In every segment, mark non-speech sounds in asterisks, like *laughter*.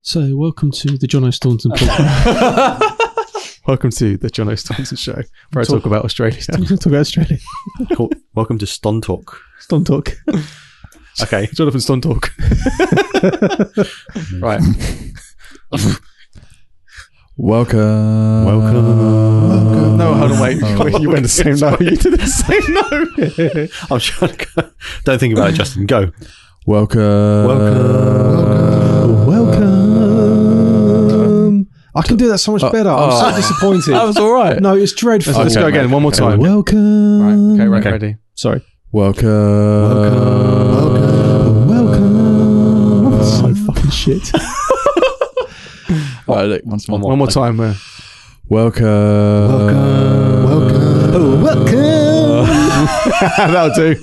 So, welcome to the John O'Staunton podcast. Welcome to the John O'Stanton Show, where I Talk- talk about *laughs* Australia. We're gonna *laughs* talk about Australia. Cool. Welcome to Stun Talk. Stunt talk. *laughs* Okay. Jonathan Stone talk. right. Welcome. Uh, Welcome. No, hold on, wait. you went the same note. You did the same note. *laughs* I'm trying to go. Don't think about it, Justin. Go. Welcome. Welcome. Welcome. Um, I can do that so much Uh, better. I'm oh. so disappointed. That was all right. no, it's dreadful. Let's go again one more time. Welcome. Right. Okay, right, Okay. ready. Sorry. Welcome. Welcome. So fucking shit. *laughs* Right, look, once more. One more time. Uh, Welcome. Welcome. Oh, *laughs* that'll do.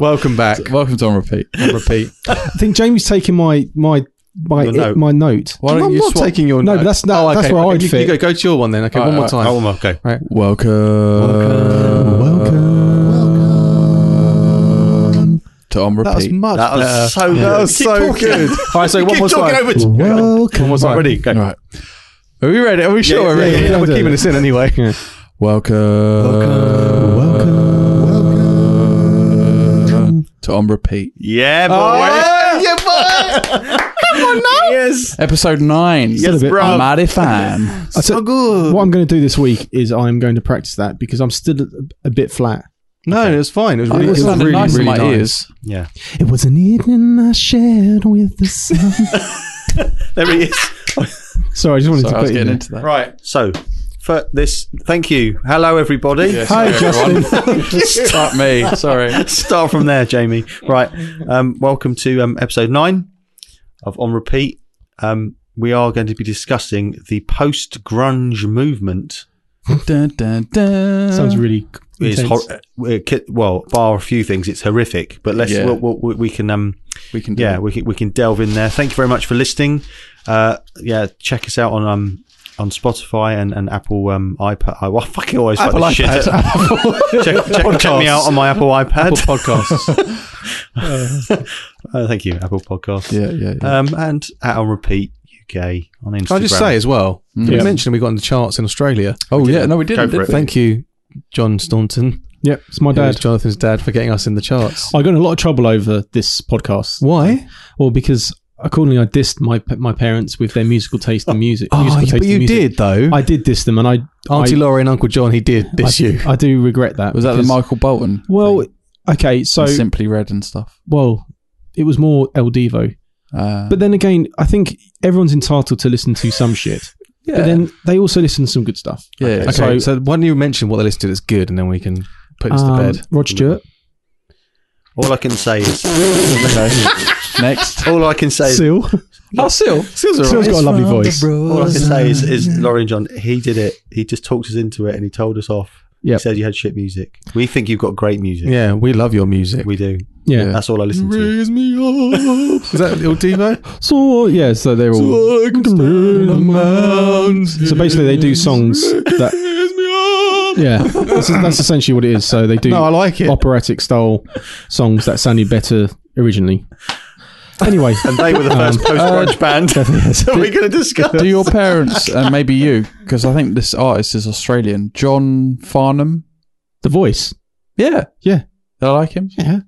Welcome back. Welcome to on repeat. Repeat. I think Jamie's taking my my my Your note. my note. Why I'm don't you not swap? taking your No, note. but that's no, Oh, that's okay. where I'd you, fit. you go, go to your one then. Okay, All one right, more all time. Oh, well, okay. Welcome. Welcome. To on That was repeat. much That was better. so good. That was Keep so *laughs* talking. good. All right, so You one keep more talking time. over to- Welcome. One more time. Ready? Go. All right. Are we ready? Are we sure we're Yeah, ready? yeah, yeah, Yeah, We're yeah. keeping this in anyway. Welcome. Uh, To on repeat. Yeah, boy. *laughs* yeah, yes. Episode nine. Yes, bit- bro. I'm mighty fan. I took- good. What I'm going to do this week is I'm going to practice that because I'm still a, a bit flat. No, it was fine. It was really, It it was sounded really, nice in really my nice. ears. Yeah. It was an evening I shared with the sun. *laughs* There he is. Sorry, I just wanted Sorry, I to was put it getting in. into that. right. So, for this, thank you. Hello, everybody. Hi, Justin. *laughs* *laughs* Fuck me. Sorry. Start from there, Jamie. Right. Um, welcome to um, episode nine of On Repeat. Um, we are going to be discussing the post grunge movement. *laughs* dun, dun, dun. Sounds *laughs* really It's intense. hor- uh, ki- well, bar a few things, it's horrific. But let's Yeah. we'll, we'll- we we can um we can do yeah it. we can, we can delve in there. Thank you very much for listening. Uh, yeah, check us out on um on Spotify and, and Apple um iPad. *laughs* I, I fucking always like Apple this shit. *laughs* check, check, check me out on my Apple iPad. *laughs* podcasts. *laughs* Uh, thank you, Apple Podcasts. yeah, yeah. yeah. um, and at on repeat UK on Instagram. Can I just say as well? Did Yeah. we mention we got on the charts in Australia? oh yeah, no, we didn't. for Did it. we? Thank you, John Staunton. Yep, it's my Who is dad. Jonathan's dad, for getting us in the charts. I got in a lot of trouble over this podcast. Why? Well, because accordingly, I dissed my my parents with their musical taste in music. Oh, musical you- taste but in you music. did though. I did diss them, and I Auntie I- Laurie and Uncle John, he did diss I, you. I do regret that. Was that the because- Michael Bolton? Well, thing? okay, so And simply red and stuff. well, it was more El Devo. Uh, But then again, I think everyone's entitled to listen to some shit. yeah, But then they also listen to some good stuff. yeah, Okay, so, so- why don't you mention what they listed as good, and then we can put this Um, to bed. Rod Stewart. all I can say is *laughs* next. all I can say is, Seal. Oh, Seal. Seal's got a lovely voice. all I can say is, is Laurie and John. He did it. He just talked us into it, and he told us off. Yep. He said you had shit music. We think you've got great music. Yeah, we love your music. we do. Yeah. That's all I listen to. Raise me up. Is that Il *laughs* Devo? So yeah, so they're all. so I can stand on mountains. So basically, they do songs that. Raise me Yeah, up. that's, that's essentially what it is. So they do No, I like it. operatic style songs that sounded better originally. Anyway, And they were the first post grunge *laughs* band. so we're going to discuss. Do your parents and maybe you, because I think this artist is Australian, John Farnham. the voice. Yeah, Yeah. they like him. Yeah.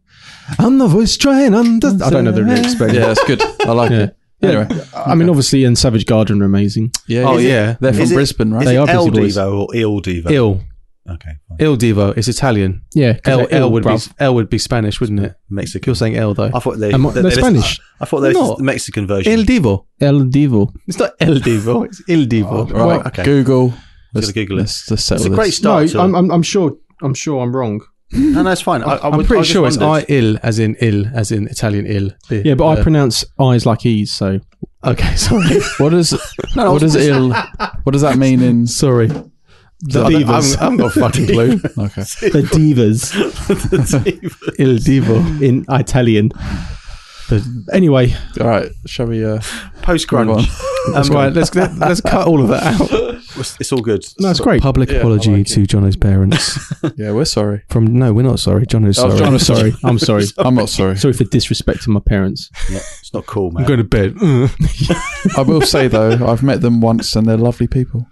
I'm the voice trying. I'm the. I don't know the lyrics, but Yeah, that's good. I like Yeah. Oh, it. Anyway, I mean, obviously, and Savage Garden are amazing. yeah, Oh yeah. yeah, They're from is it- Brisbane, right? Is They it are busy El boys. Devo or Il Devo? Il Okay. Fine. Il Devo. It's Italian. Yeah, L, L would bruv. Oh. be L would be Spanish, wouldn't it? Mexican. You're saying L though. I thought they, Am I- they- they're they- Spanish. I thought they They're was not. the Mexican version. Il Divo. El Divo. It's not El Divo. It's Il Oh. Divo. All right, Wait. okay. Google. Let's Google it. Let's, let's settle it's a great this. start. to no, I'm, I'm, I'm sure. I'm sure I'm wrong. it. no, no, it's fine. I, I I'm would- pretty I just sure it's I wondered. ill as in ill as in Italian ill. The- Yeah, but I the- pronounce I's like E's, so *laughs* okay. Sorry, What does *laughs* what does ill what does that mean in sorry. The I don't- divas. I'm- I haven't got a fucking clue. *laughs* okay the *laughs* divas *laughs* Il Divo. in Italian. But anyway, all right shall we uh Post move on? grunge. That's Um, why. Right, let's let's cut all of that *laughs* out. It's, it's all good. No, it's great. Public Yeah, I apology like to Jono's *laughs* parents. yeah, we're *laughs* sorry. From no, we're not sorry. Jono's Oh, sorry. John- I'm *laughs* sorry. I'm sorry. I'm not sorry. Sorry for disrespecting my parents. Yeah, it's not cool, I'm man. going to *laughs* bed. I will say though, I've met them once and they're lovely people.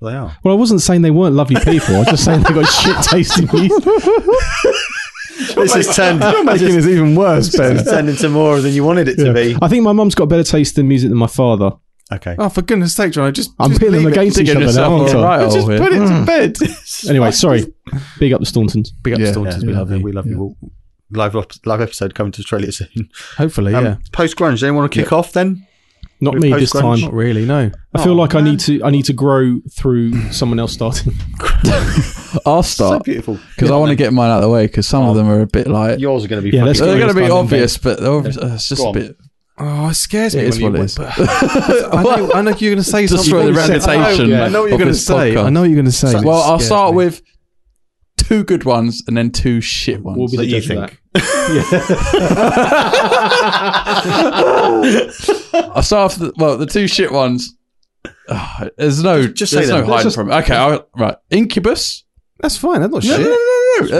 They are. Well, I wasn't saying they weren't lovely people. I was just saying they got *laughs* shit tasting music. This has turned, this Making *laughs* has- this even worse, this Ben. has turned into more than you wanted it to be. I think my mum's got better taste in music than my father. Okay. Oh, for goodness sake, John! I just I'm just pitting them leave it. against each digging other yourself now. aren't I? all right. Just here. put it Hmm. to bed. *laughs* Anyway, sorry. Big up the Stauntons. Big up Yeah. yeah. Yeah, we love you. We love you. We'll, live op- live episode coming to Australia soon. Hopefully, Um, yeah. Post grunge. Anyone want to kick off then? Not me this Post-grunge. time. Not really. No. I feel Oh, like I man. need to. I need to grow through someone else starting. *laughs* I'll So start beautiful. Oh. because I want to get mine out of the way because some of them are a bit like Yours are going to be. Yeah, let's fucking they're go going to this be time, obvious, but they're obvious, uh, it's just Go a on. bit. Oh, it scares It me. is when what it you- *laughs* is. I know, I know you're going to say Destroy something. the Oh, reputation I know, I know what you're of going to this say. I podcast. know what you're going to say. and it Well, I'll scares start me. with two good ones and then two shit ones. We'll be the That you judge of think. I'll start off. The, well, the two shit ones. Ah, there's no, Just just say there's them. no Let's hiding just- from. It. Okay, I'll, right. Incubus. That's fine. That's not No, shit. no, no, no, no. Uh,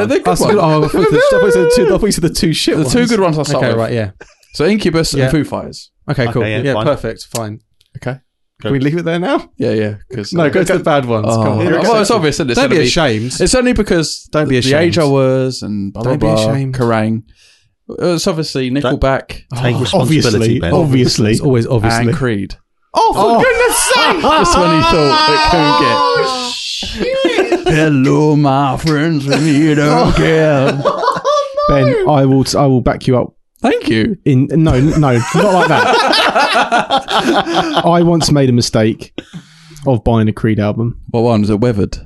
they're I good said- ones. oh, I thought you *laughs* said- I thought you said the two- I thought you said the two shit The ones. two good ones I'll start Okay, with. right, yeah. So Incubus Yeah. and Foo Fighters. Okay, cool. Okay, yeah, yeah, fine. perfect. Fine. Okay. Can we leave it there now? Yeah, yeah. Because No, go to the bad ones. Oh, Come on. well, it's obvious, isn't it? It's Don't gonna be be- ashamed. It's only because Don't be the- the ashamed. age I was and blah blah Don't be blah. ashamed. Kerrang. Uh, It's obviously Nickelback Oh, Take responsibility, obviously, Ben. obviously. It's always obviously. and Creed. Oh, for goodness sake! *laughs* Oh, That's when he thought it couldn't get. Hello, my friends, when you Oh. don't care. *laughs* Ben, I will. I will back you up. Thank you. In no, no, not like *laughs* that. I once made a mistake of buying a Creed album. What one was it? Weathered.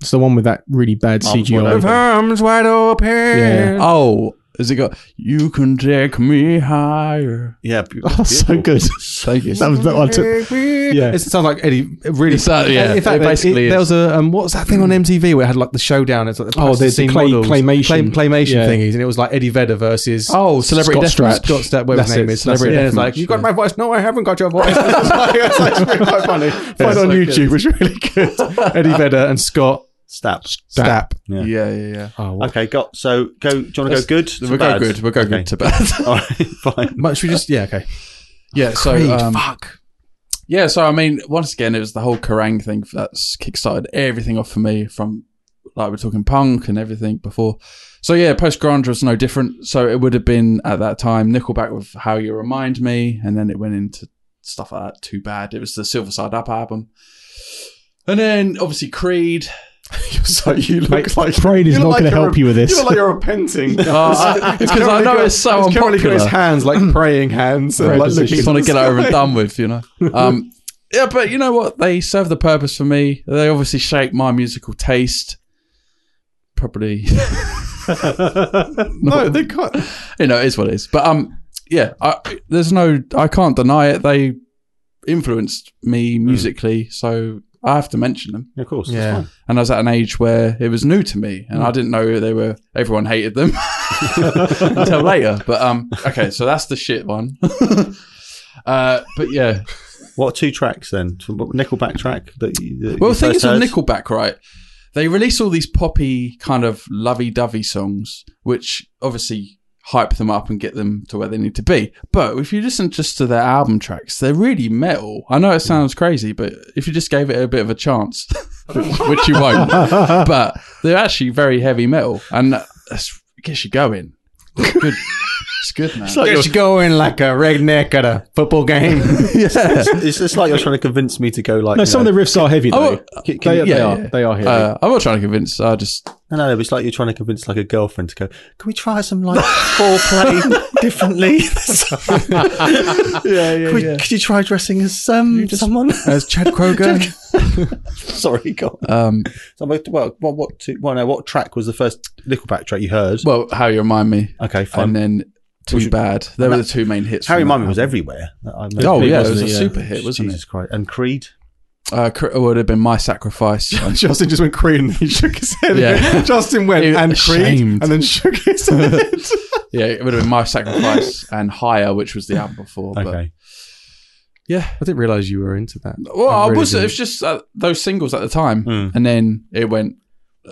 It's the one with that really bad Oh, whatever. CGI. *laughs* Arms wide open. *laughs* Yeah. Oh, has it got? You can take me higher. Yeah, be- That's Oh, so good. Thank you. That was that one. I took- Yeah. It sounds like Eddie. It really. It's that- yeah, In fact, it basically it- is. there was a um, what was that thing on MTV where it had like the showdown? It's like the Oh, the- the plasticine clay- models. claymation. Clay- claymation Yeah. thingies, and it was like Eddie Vedder versus Oh, Celebrity Scott Deathmatch. Stratch. Scott Stapp, whatever his That's name it, is. Celebrity Celebrity Deathmatch. It's like Deathmatch, you got yeah. my voice. No, I haven't got your voice. it's like, it's like really quite funny. Find so on good. YouTube. It's really *laughs* good. Eddie Vedder and Scott staps. Stapp. Yeah. Yeah, yeah, yeah. Oh, what? Okay, got so go. Do you want to go good? to We'll go bad? good. We'll go Okay. good to bad. *laughs* All right, fine. Much we just yeah okay. *laughs* yeah. So um, fuck. yeah. So I mean, once again, it was the whole Kerrang thing that's kickstarted everything off for me. From like we're talking punk and everything before. So yeah, post grunge was no different. So it would have been at that time Nickelback with How You Remind Me, and then it went into stuff like that. Too bad. It was the Silver Side Up album, and then obviously Creed. So you *laughs* look Mate, like Brain is you look not like going to you're help a- you with this. You look like you're repenting. *laughs* Oh, I- it's 'cause I currently know got- it's so He's currently *laughs* got his unpopular. hands like praying hands and Right, like does it- looking. just want to at get the over and sky. done with, *laughs* you know. Um, yeah, but you know what? They serve the purpose for me. They obviously shape my musical taste. Probably, *laughs* No, they can't. you know, it is what it is. But um, yeah, I, there's no, I can't deny it. They influenced me musically, so I have to mention them. Of course. Yeah. Yeah. And I was at an age where it was new to me, and I didn't know they were. Everyone hated them *laughs* until later. But um, okay, so that's the shit one. *laughs* uh, but yeah, What are two tracks then? So what Nickelback track that. You, that Well, you the thing first is with heard? Nickelback, right? They release all these poppy kind of lovey-dovey songs, which obviously hype them up and get them to where they need to be. But if you listen just to their album tracks, they're really metal. I know it sounds crazy, but if you just gave it a bit of a chance, *laughs* which *laughs* you won't, but they're actually very heavy metal, and that's, it gets you going. Good. It's good, man. It's going like a redneck at a football *laughs* game. *laughs* It's just like you're trying to convince me to go like. no, you some know, of the riffs are heavy though. Can- can they, you- they Oh, uh, yeah, are. yeah. They are heavy. Uh, I'm not trying to convince. I just No, no, no, it's like you're trying to convince like a girlfriend to go. Can we try some like *laughs* foreplay differently? *laughs* yeah, Could, yeah, we- could you try dressing as um, someone? *laughs* as *laughs* Chad Kroger. Sorry, God. um, So, what, what, what, what, two, well, no, what track was the first Nickelback track you heard? well, how you remind me. okay, fine. and then Too Bad. They were the two main hits. Harry from Mummy was that everywhere. I album. Oh big, yeah, it was wasn't a it? Yeah. super hit, wasn't Jesus Christ. And Creed. it? Uh, cr- it would have been My *laughs* Sacrifice. Justin just went Creed and he shook his head. *laughs* Yeah. Justin went He was and Creed ashamed. and then shook his *laughs* head. yeah, it would have been My Sacrifice and Higher, which was the album before. But Okay. Yeah. I didn't realize you were into that. Well, I, really Hmm. was. It didn't. was just uh, those singles at the time, Mm. and then it went.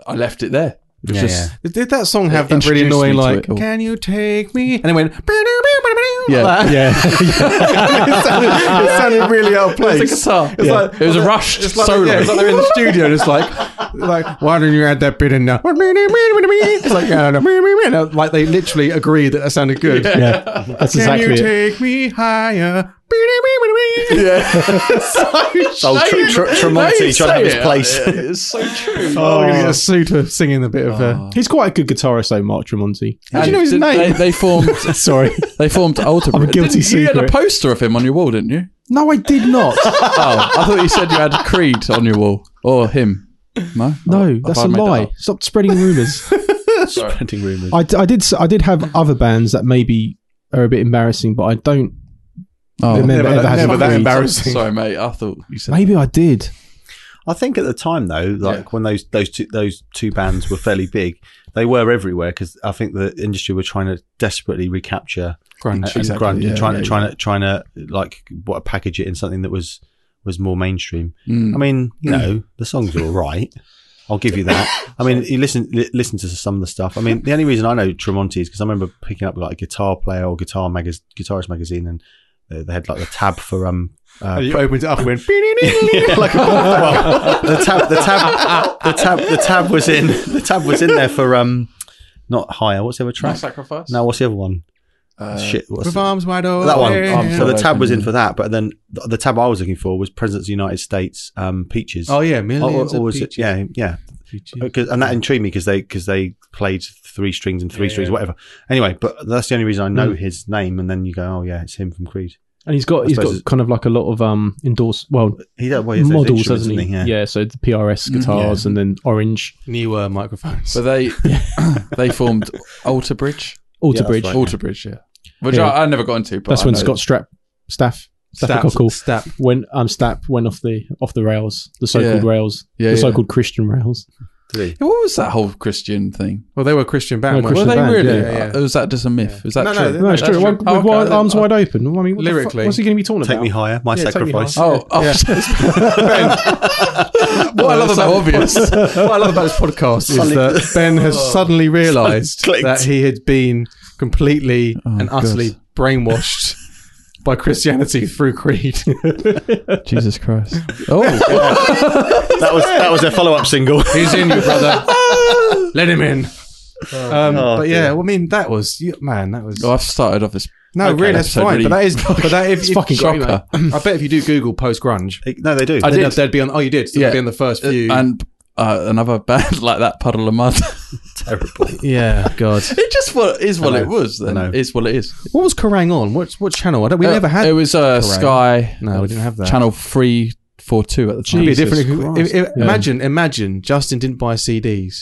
I left it there. It was Yeah, just Did that song have It that really introduced me annoying to like? it all. Can you take me? And it *laughs* went. *laughs* Yeah. like that. Yeah. *laughs* it, sounded, it sounded really out *laughs* of It's place. a guitar. It's like- it was a rushed It's like, solo. yeah, it's like they're in the studio and it's *laughs* like, like, why don't you add that bit in now? *laughs* It's like, yeah, no, *laughs* no, like they literally agree that that sounded good. Yeah. That's exactly it. take me higher? *laughs* Old Tr- Tr- Tremonti trying to have his place. *laughs* It's so true. Oh, I'm gonna get sued for singing a bit of. Uh, He's quite a good guitarist, though, Mark Tremonti. How *laughs* do you know his And They, name? *laughs* they formed. Sorry. They formed Alter. I'm a guilty didn't, You had a secret. poster of him on your wall, *laughs* didn't you? *laughs* No, I did *laughs* not. Oh, I thought you said you had Creed on your wall or him. No, No, Have that's I a made that lie. up? Stop spreading rumors. Spreading rumours. I, d- I did. s- I did have other bands that maybe are a bit embarrassing, but I don't Oh, remember never- ever having. never that Creed. embarrassing. embarrassing. Sorry, mate. I thought you said. Maybe I did. I think at the time though, like when those those two those two bands were fairly big, they were everywhere because I think the industry were trying to desperately recapture and, grunge. and grunge, yeah, and trying yeah, to trying to trying to like what package it in something that was was more mainstream. Mm. I mean, you know, the songs are all right. I'll give you that. I mean, you listen li- listen to some of the stuff. I mean, the only reason I know Tremonti is because I remember picking up like a guitar player or guitar magaz- guitarist magazine, and they, they had like the tab for um. Uh, You opened it up and went. *laughs* like a- well, the tab, the tab, the tab, the tab was in the tab was in there for um, not higher. What's the other No track? sacrifice. No, what's the other one? Uh, Shit, what's With the- arms wide open. that one. Arms so wide the tab was in Mm. open. for that, but then the, the tab I was looking for was Presidents of the United States, um, Peaches. Oh yeah, Or- or, millions or of was it? peaches. Yeah, yeah. Peaches. Oh, 'Cause- and that intrigued me because they because they played three strings and three Yeah, strings, yeah. whatever. Anyway, but that's the only reason I know his name. And then you go, oh yeah, it's him from Creed. And he's got I he's suppose got kind of like a lot of um endorse well He Oh, does well, he has those models, instruments, doesn't he? doesn't yeah. so the Mm, PRS guitars and then orange Newer microphones. But they they formed Alter Bridge. Alter that's Bridge. right. Alter Bridge, yeah. Which Yeah. I, I never got into. But That's I when know. Scott Strap Staff Staffcockle Stap. when um Stapp went off the off the rails, the so-called Yeah. rails, Yeah, the yeah. so-called Christian rails. Did he? Yeah, What was that whole Christian thing? Well, they were Christian band. No, weren't Were Christian they band, really? yeah, yeah. Uh, was that just a myth? Is that No, no, true? they- No, it's that's true. true. With, Oh, okay, wide- I- arms I- wide open. I mean, what lyrically, Lyrically. what's he going to be talking Take about? me higher, my Yeah, Take Me sacrifice. Higher. Oh, oh *laughs* what I love about obvious. *laughs* what I love about this podcast is Suddenly- that Ben has suddenly realised Clicked. that he had been completely Oh, and God. utterly *laughs* brainwashed by Christianity through Creed. Jesus Christ. Oh, That was that was their follow up single. He's in you, brother. Let him in. Um, Oh, but yeah, dear. well, I mean, that was you- man, that was well, I've started off this. no, okay, really, that's episode fine. really- but that *laughs* is, but that if, if fucking sorry, shocker. mate. I bet if you do Google post grunge, no, they do. I they'd, *laughs* did. they'd be on. Oh, you did. So Yeah. they'd be on the first few. *laughs* And uh, another *laughs* band like that, Puddle of Mud. *laughs* Terrible. yeah, God. it just what is what I know. it was. Then I know. is what it is. What was Kerrang on? What what channel? I don't, we Uh, never had. It was uh, Sky. No, we didn't have that. Channel three four two at the time. It'd be Jesus different. if- Christ. if- if- Imagine, imagine Justin didn't buy CDs,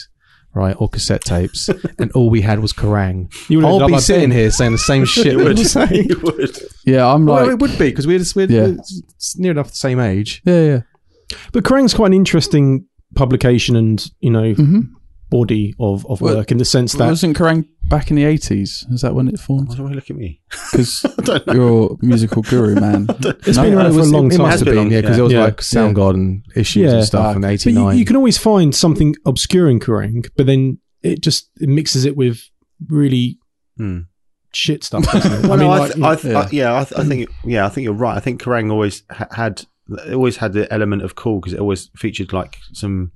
right, or cassette tapes, and all we had was Kerrang. You would've I'll ended be up like sitting Ben. here saying the same shit. we *laughs* were saying. You would. Yeah, I'm Well, like. it would be because we're, just- we're, Yeah. we're s- near enough the same age. yeah, yeah. But Kerrang's quite an interesting publication and you know body of of Well, work in the sense that Wasn't Kerrang back in the 80s? Is that when it *laughs* formed? Why do I look at me? Because you're a musical guru, man. it's been No, around It for a was- long it time. must have been, yeah, because it was Yeah. like Soundgarden issues Yeah. and stuff in But you, '89. you can always find something obscure in Kerrang, but then it just it mixes it with really Hmm. shit stuff. Doesn't it? I mean, I, like, th- I, th- yeah. I, yeah, I, th- I think, yeah, I think you're right. I think Kerrang always ha- had, it always had the element of cool because it always featured like some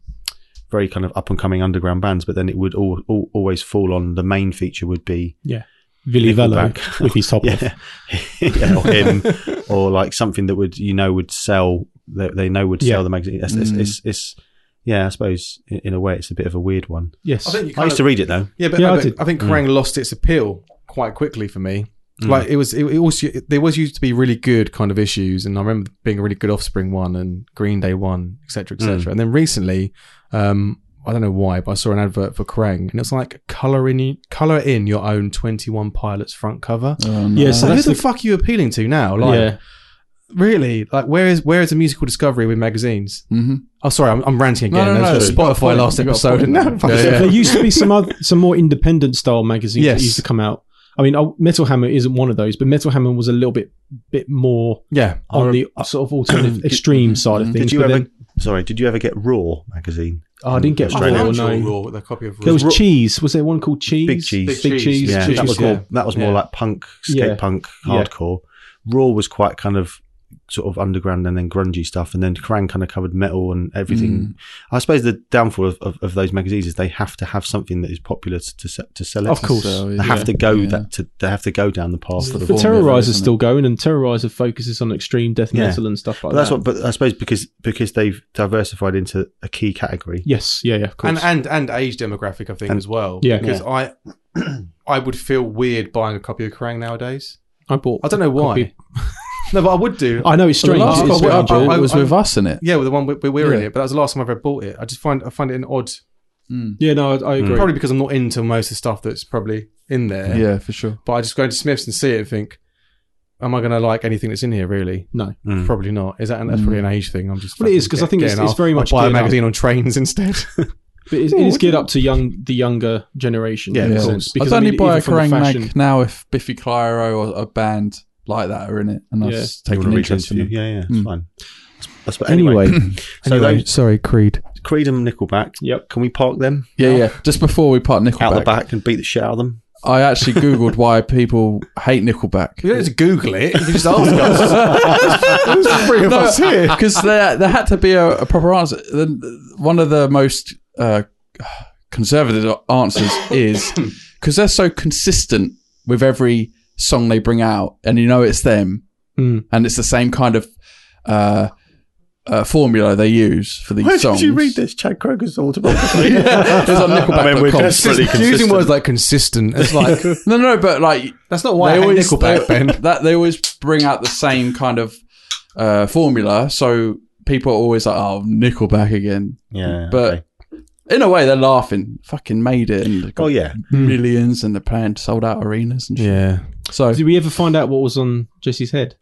very kind of up and coming underground bands, but then it would all, all, always fall on the main feature would be Villy Vello *laughs* Nickelback. with his top off. yeah, *laughs* yeah, or him, or like something that would you know would sell that they know would sell Yeah. the magazine. It's, it's, Mm. it's, it's yeah, I suppose in, in a way it's a bit of a weird one. *laughs* Yes. I think you I kind used of, to read it though. yeah, but, Yeah, no, I but did. I think Mm. Kerrang lost its appeal quite quickly for me. Mm. Like it was, it, it also there was used to be really good kind of issues, and I remember being a really good Offspring one and Green Day one, etc., Mm. etc. And then recently, um, I don't know why, but I saw an advert for Kerrang, and it's like color in color in your own Twenty One Pilots front cover. Oh, no. Yeah, So so who that's the, the, fuck are you appealing to now? Like, yeah. really? Like, where is where is the musical discovery with magazines? Mhm. Oh, sorry, I'm, I'm ranting No, again. no, That's no, you got a Spotify point, last you got a episode. point. And now *laughs* Yeah, There used to be some other, some more independent style magazines Yes. uh, that used to come out. I mean, oh, Metal Hammer isn't one of those, but Metal Hammer was a little bit bit more Yeah. I on rem- the sort of alternative extreme side of Did things. Did you but ever? then- sorry, did you ever get Raw magazine? oh, I didn't get Australia. Raw, Australian no. Raw, the copy of Raw. There was cheese. Was there one called cheese? Big Cheese. Big Big cheese. Cheese, Yeah, cheese, that was yeah. more. That was more Yeah. like punk, skate Yeah. punk, Yeah. hardcore. Raw was quite kind of sort of underground and then grungy stuff, and then Kerrang kind of covered metal and everything. I suppose the downfall of, of, of those magazines is they have to have something that is popular to to, se- to sell it. Of course. So, they yeah. have to go Yeah. that to they have to go down the path. the of The formula, Terroriser's isn't it? still going, and Terroriser focuses on extreme death Yeah. metal and stuff like But that's that. what. But I suppose because because they've diversified into a key category. Yes, yeah, yeah, of course. and and and age demographic, I think, And- as well. Yeah. because I *clears throat* I would feel weird buying a copy of Kerrang nowadays. I bought. I don't know why. Copy. no, but I would do. I know it's The strange. last it's copy I strange. bought I- was I- with us in it. yeah, well, the one we, we we're in Yeah. it, but that was the last time I ever bought it. I just find I find it an odd, Yeah, no, I, I Mm. agree. probably because I'm not into most of the stuff that's probably in there. Yeah, for sure. But I just go into Smiths and see it and think, am I going to like anything that's in here? Really? No. Mm. Probably not. Is that that's Mm. probably an age thing? I'm just. Well, it is, fucking 'cause I get- think it's- getting it's off. very I'll much buy a geared up. magazine on trains *laughs* instead. But it's, it is geared up to young, the younger generation. Yeah, in a of sense, course. Because, I'd only I mean, buy a even from the Kerrang fashion- mag now if Biffy Clyro or a band like that are in it, and I've Yeah. just You taken wanna an reach interest into in you. them. Yeah, yeah, it's Mm. fine. That's, that's but anyway, so Anyway, those sorry, Creed. Creed and Nickelback. Yep. Can we park them Yeah, yeah. Just before we part out the Nickelback, back and beat the shit out of them? I actually googled why people hate You Nickelback. don't just Google it. You just ask *laughs* us. There's three of us here. Because there, there had to be a, a proper answer. The, one of the most uh, conservative answers *coughs* is because they're so consistent with every song they bring out, and you know it's them, Hmm. Mm. and it's the same kind of uh, uh, formula they use for these songs. this? Chad Kroger's autobiography. *laughs* Yeah, it's on Nickelback.com. I mean, we're It's just desperately using consistent. words like consistent. It's *laughs* like No, no, but like that's not why I they hate always Nickelback. they, *laughs* Ben, *laughs* that they always bring out the same kind of uh, formula, so people are always like, "Oh, Nickelback again." yeah, But okay. in a way, they're laughing. Fucking made it, and they got oh yeah, Hmm. millions, and they're playing sold out arenas and shit. yeah. So Did we ever find out what was on Jesse's head?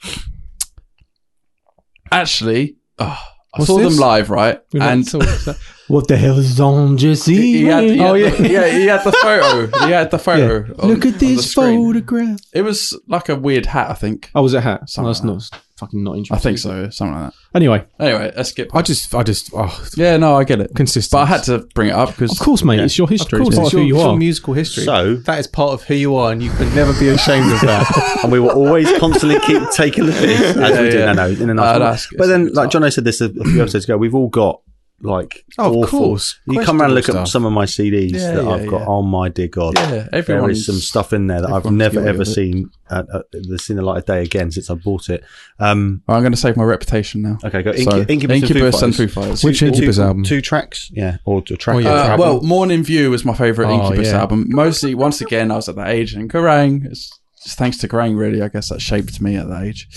actually, oh, I What's saw this? them live, right? We're not and told that. what the hell is on Jesse's he had, he had oh yeah. *laughs* the, yeah, he had the photo. He had the photo. on- Look on at the this screen. photograph. It was like a weird hat, I think. Oh, was it a hat? Something that's like not fucking not interesting. I think so, something like Anyway, that. Anyway, let's skip. I just, I just, oh, Yeah, no, I get it. consistent. But I had to bring it up of because course, mate. Yeah. It's your history. it's part it's of your, who you it's your are. musical history. So- that is part of who you are, and you can never be ashamed of that. and we were always constantly *laughs* keep taking the piss as we do. yeah. No, no, in a Uh, nice that's- way. But then, like John, said this a, a few episodes ago. We've all got like Oh, of awful. course. You come around and look Questionable at stuff. some of my CDs Yeah, that yeah, I've got. yeah. Oh my dear God. yeah, There everyone is some stuff in there that I've everyone's never guilty ever of it. seen. Uh, uh, seen the light of day again since I bought it. Um, I'm going to save my reputation now. okay, go. So, Incu- Incubus, and Foo Fighters. Fighters. Which Two- Incubus two, album? Two tracks, yeah, or a track. Oh, yeah. or a Uh, track. well, Morning View was my favorite Oh, Incubus yeah. album. Mostly, once again, I was at that age, and Kerrang! It's, it's thanks to Kerrang, really. I guess that shaped me at that age.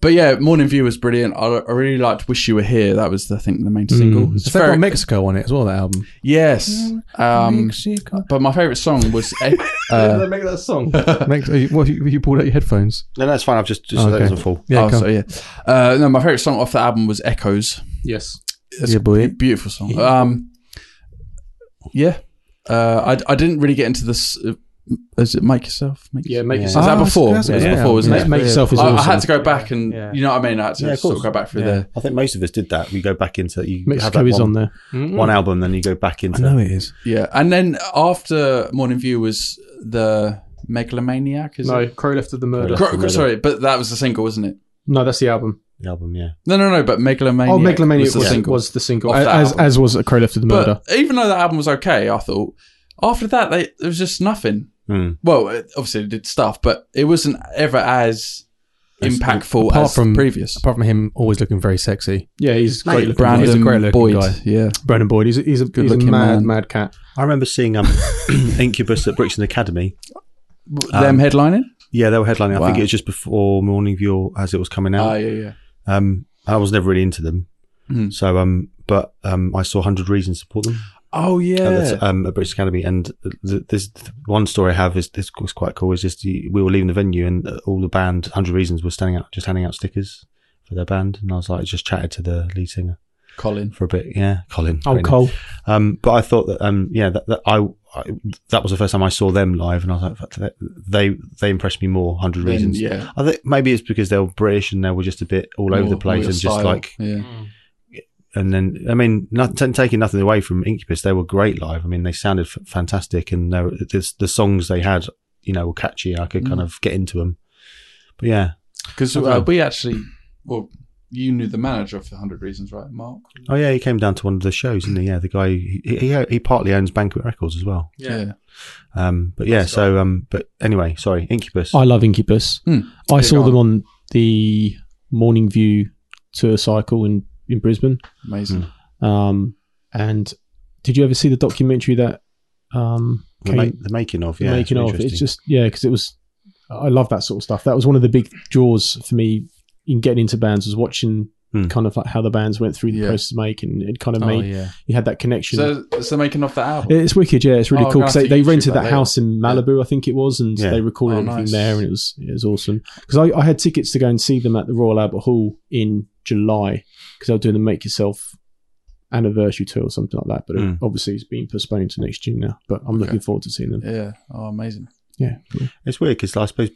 But yeah, Morning View was brilliant. I, I really liked "Wish You Were Here." That was, the- I think, the main single. It's It's Hmm. got Hmm. very- Mexico on it as well. That album. yes. Um, but my favorite song was eh, *laughs* uh, make that *laughs* song. uh, what you, you pulled out your headphones? no, that's fine. I've just just Oh, that okay. doesn't fall. oh, so, yeah. Uh, no, my favorite song off the album was "Echoes." Yes. That's Yeah, a boy. be- beautiful song. Um, yeah, uh, I I didn't really get into this. Uh, is it make yourself? Make Yeah. Make Yeah. yourself. Was that Ah, before? that's- it was yeah. before, wasn't Make, it? make yourself is I, I awesome. had to go back and Yeah. you know what I mean. I had to Yeah, of sort course. of go back through Yeah. there. I think most of us did that. We go back into you have Mexico that is one, on there. one album, then you go back into. Mm. it is. Yeah, and then after Morning View was the Megalomaniac. Is it? Crow Left of the Murder. Gro- gro- sorry, but that was the single, wasn't it? *laughs* No, that's the album. the album. Yeah, No, no, no. But Megalomaniac. Oh, Megalomania was, the was, single. the single, Off that as, album. as was A Crow Left of the Murder. but even though that album was okay, I thought after that they, there was just nothing. Hmm. Well, it- obviously it did stuff, but it wasn't ever as As- impactful apart as from- the previous. Apart from him always looking very sexy. yeah, he's great looking. Brandon He's a great looking Boyd, guy. yeah, Brandon Boyd. He's a, he's a, he's a looking mad, man. mad cat. I remember *laughs* seeing um, *clears throat* Incubus at Brixton Academy. them headlining. Yeah, they were headlining. I think Wow. it was just before Morning View, or as it was coming Oh out. yeah, yeah. um, I was never really into them. Hmm. So, um, but um, I saw Hundred Reasons to support them. Oh yeah. at, the t- um, at British Academy. And th this th- one story I have is this was quite cool. Is just the, we were leaving the venue and uh, all the band Hundred Reasons were standing out, just handing out stickers for their band. And I was like, just chatted to the lead singer. Colin. for a bit. Yeah, Colin. Oh, Great name. Cole. Um, but I thought that, um, yeah, that, that I, I that was the first time I saw them live, and I was like, they they impressed me more. Hundred reasons. Yeah. I think maybe it's because they were British and they were just a bit all over More- the place more and just style. like, yeah. and then I mean, not, t- taking nothing away from Incubus, they were great live. I mean, they sounded f- fantastic, and they were, the the songs they had, you know, were catchy. I could kind Mm. of get into them. But yeah, Because I don't know. uh, we actually, well, you knew the manager of the Hundred Reasons, right, Mark? oh yeah, he came down to one of the shows, didn't he? Yeah, the guy he he, he partly owns Banquet Records as well. Um, but yeah, so um, but anyway, sorry, Incubus. I love Incubus. Hmm. I Yeah, saw go on. them on the Morning View tour cycle in, in Brisbane. amazing. Um, and did you ever see the documentary that um, the, came, ma- the making of, the yeah, making of? interesting. It's just yeah, because it was. I love that sort of stuff. That was one of the big draws for me in getting into bands was watching Hmm. kind of like how the bands went through the Yeah. process of making. It kind of Oh, made yeah. you had that connection. So it's the making of the album. it's wicked, yeah. It's really Oh, I'm cool gonna because have they, to they YouTube rented that that later. house in Malibu, I think it was, and Yeah. they recorded Oh, everything nice. there, and it was it was awesome. Because I, I had tickets to go and see them at the Royal Albert Hall in July because they were doing the Make Yourself anniversary tour or something like that. But Mm. it, Hmm. obviously, it's been postponed to next year now. But I'm looking forward to seeing them. yeah. Oh, amazing. Yeah, cool. It's weird because I suppose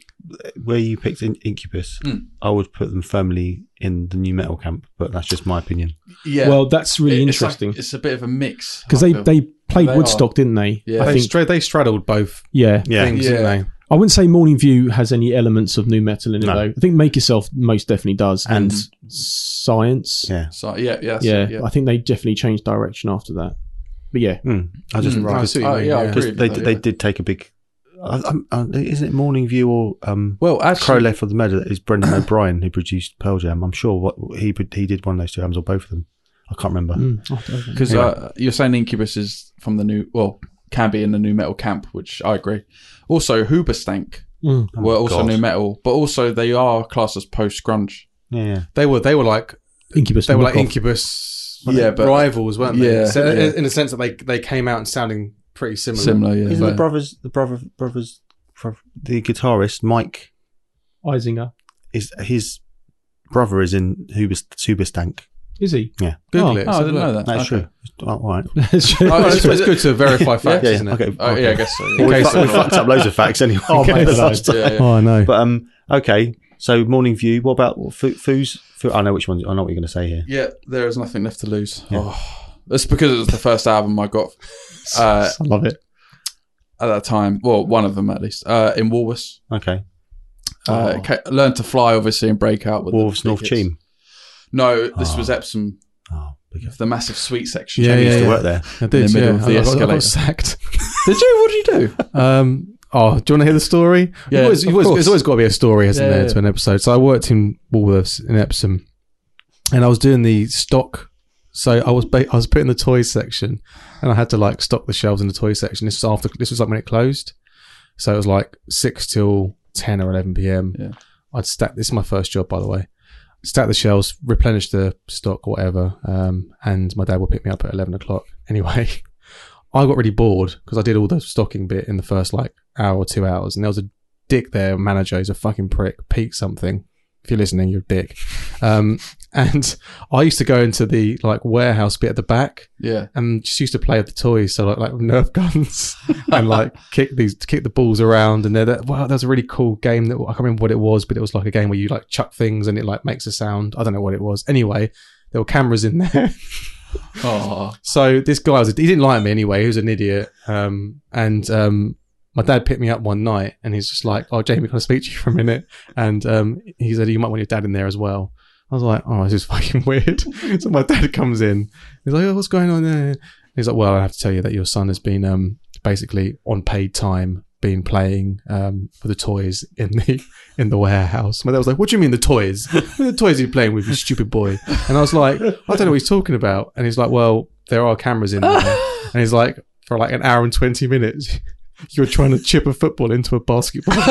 where you picked in- Incubus, Mm. I would put them firmly in the new metal camp, but that's just my opinion. Yeah. Well, that's really It- it's like- interesting It's, a bit of a mix because I they feel. they played They are- Woodstock, didn't they? Yeah. I They, think. stra- they straddled both Yeah, Yeah, things, Yeah. didn't they? I wouldn't say Morning View has any elements of new metal in it No. though. I think Make Yourself most definitely does, and, And- Science. yeah. so yeah, yeah, that's yeah, it, yeah. I think they definitely changed direction after that. But yeah, Mm. I just Mm, I because see what you Oh, mean, yeah, I agree. because they with that, they yeah. did take a big. I, I'm- I, isn't it Morning View or um, Well, actually, Crow Left for the Meadow? That is *coughs* Brendan O'Brien who produced Pearl Jam. I'm sure what he put- he did one of those two albums or both of them. I can't remember. Mm. Oh, okay. because Yeah. uh, you're saying Incubus is from the new, well, can be in the new metal camp, which I agree. Also, Hoobastank Mm. Oh, were also God. new metal, but also they are classed as post grunge. Yeah, yeah. They were they were like Incubus. they were like knockoff. Incubus Yeah, but- rivals, weren't they? Yeah, So in- yeah. in the sense that they they came out and sounding pretty similar. Similar, yeah. Isn't But- the brothers the brother brothers bro- the guitarist Mike Isinger. is his brother is in Hubis Huberstank. Is he? Google Oh, it. oh, I so didn't look. know that. That's Okay. true. Oh, all *laughs* right. *laughs* That's true. Oh, it's, true. it's good to verify facts, Yeah, isn't it? okay. Oh, okay. yeah, I guess so. Yeah. *laughs* Okay, we, so- fucked, we fucked up loads of facts anyway. Oh, *laughs* mate, The last loads. time. Yeah, yeah. Oh, I know. But um, okay. So morning view. What about foo- foos? Foo- I know which one. I know what you're going to say here. Yeah, there is nothing left to lose. Yeah. Oh, that's because it was the first album I got uh, I love it. at that time. Well, one of them at least uh, in Walrus. Okay. Uh, Oh. ca- Learn to fly, obviously, and break out with the Wolves big North hits. Cheam. No, this Oh. was Epsom, Oh, big the massive sweet section. Yeah, I yeah, used yeah. to work there. I did, In the middle yeah. of the I got- I escalator. got sacked. Did you? What did you do? *laughs* Um, oh, do you want to hear the story? Yeah, You've always, you've of always- course. there's always got to be a story, hasn't Yeah, there, yeah. to an episode? So I worked in Woolworths in Epsom, and I was doing the stock. So I was ba- I was put in the toy section, and I had to like stock the shelves in the toy section. This was after this was like when it closed, so it was like six till ten or eleven p.m. Yeah. I'd stack. This is my first job, by the way. Stack the shelves, replenish the stock, or whatever, um, and my dad will pick me up at eleven o'clock. Anyway, *laughs* I got really bored because I did all the stocking bit in the first like hour or two hours, and there was a dick there, manager, he's a fucking prick, Pete something. If you're listening, you're a dick. Um, *laughs* and I used to go into the like warehouse bit at the back Yeah. and just used to play with the toys, so like *laughs* like Nerf guns and like kick these kick the balls around. And they're that wow, that was a really cool game that I can't remember what it was, but it was like a game where you like chuck things and it like makes a sound. I don't know what it was. Anyway, there were cameras in *laughs* there. Oh, So this guy was he didn't like me anyway. He was an idiot. Um, and um, my dad picked me up one night, and he's just like, "Oh, Jamie, can I speak to you for a minute?" And um, he said, "You might want your dad in there as well." I was like, "Oh, this is *laughs* fucking weird." so my dad comes in. He's like, "Oh, what's going on there?" He's like, "Well, I have to tell you that your son has been um, basically on paid time." Been playing um, with the toys in the *laughs* in the warehouse. My dad was like, "What do you mean the toys? *laughs* What are the toys are you playing with, you stupid boy?" And I was like, "I don't know what he's talking about." And he's like, "Well, there are cameras in there." And he's like, for like an hour and 20 minutes, *laughs* you're trying to chip a football into a basketball. *laughs* and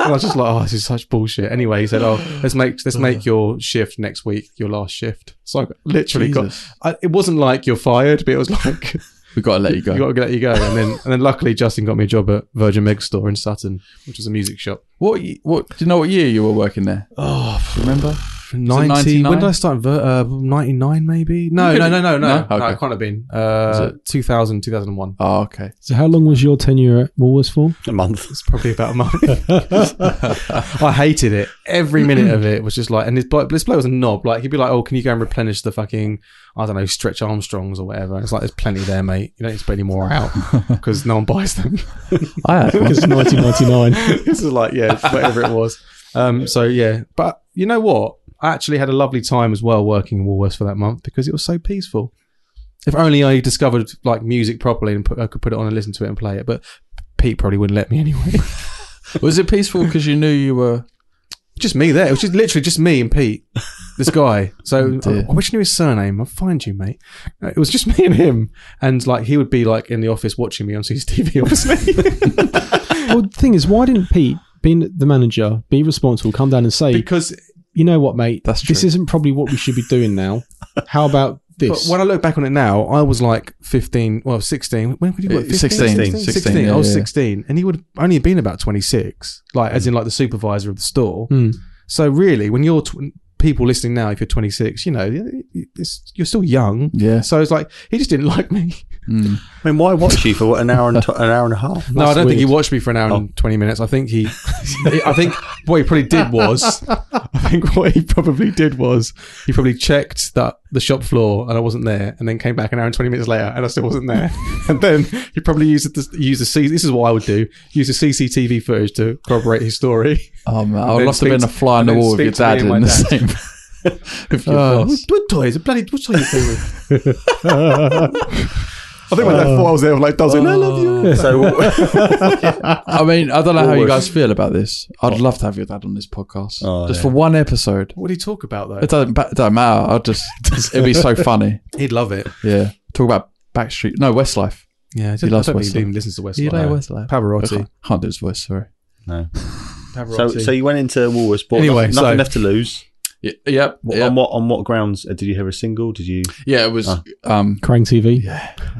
I was just like, oh, this is such bullshit. Anyway, he said, oh, let's make let's make your shift next week your last shift. So I got- literally Jesus. got. I, it wasn't like you're fired, but it was *laughs* like we got to let you go. you got to let you go. And then and then luckily Justin got me a job at Virgin Meg Store in Sutton, which was a music shop. what? ye- What? Do you know what year you were working there? Oh, Do you remember? 90, 99? When did I start? Ver- uh, 99 maybe? No, *laughs* You no, could- no, no, no. No? No, Okay. it can't have been. Uh, 2000, 2001. Oh, okay. So how long was your tenure at Woolworths *laughs* for? A month. It's probably about a month. *laughs* I hated it. Every minute of it was just like, and this bloke, this bloke was a knob. Like he'd be like, "Oh, can you go and replenish the fucking, I don't know, stretch Armstrongs or whatever?" And it's like, "There's plenty there, mate. You don't need to put any more *laughs* out because no one buys them." I had one. Because *laughs* 1999. this is like yeah, whatever it was. Um, so yeah, but you know what? I actually had a lovely time as well working in Woolworths for that month because it was so peaceful. If only I discovered like music properly and put, I could put it on and listen to it and play it, but Pete probably wouldn't let me anyway. *laughs* Was it peaceful because you knew you were? just me there. It was just literally just me and Pete, this guy. So dear. I, I wish I knew his surname. I'll find you, mate. Uh, It was just me and him, and like he would be like in the office watching me on CCTV, obviously. well, the thing is, why didn't Pete, being the manager, be responsible, come down and say, because you know what, mate, That's this true. isn't probably what we should be doing now. How about this? *laughs* But when I look back on it now, I was like 15, well, 16. When could you work? 15, 16, 16, 16, yeah, I was yeah. 16. And he would have only been about 26, like, as in, like, the supervisor of the store. Hmm. So, really, when you're tw- people listening now, if you're 26, you know, it's, you're still young. Yes. So it's like he just didn't *laughs* like me. I mean, why watch you for what, an hour and t- an hour and a *laughs* half? no, I That's don't think he weird. watched me for an hour and twenty minutes. I think *laughs* he, I think what he probably did was, I think what he probably did was he probably checked that the shop floor and I wasn't there, and then came back an hour and twenty minutes later and I still wasn't *laughs* there, and then he probably used the used the C. This is what I would do: use the CCTV footage to corroborate his story. *laughs* Oh man, I And would then love to have been a speak- fly on the and then wall with your speak to me dad and in my the dad. same. *laughs* if your Uh, boss. what toys? Bloody what toy are you playing with? *laughs* I think when I thought I was there, I was like, "Dozing, I love you." *laughs* So, I mean, I don't know how you Woolworths. guys feel about this. I'd love to have your dad on this podcast, Oh, just yeah. for one episode. What did he talk about though? It doesn't, ba- it doesn't matter. I'd just, it'd be so funny. He'd love it. Yeah, talk about Backstreet. No, Westlife. Yeah, He he loves loves Westlife. Westlife. He listens to Westlife. Westlife? I Pavarotti. can't, can't do his voice. Sorry. so, so you went into Woolworths, bought Anyway, nothing, so- nothing left to lose. Y- yep. Wh- yep. On what on what grounds uh, did you hear a single? Did you? Yeah, it was. Ah. Um, Krang TV.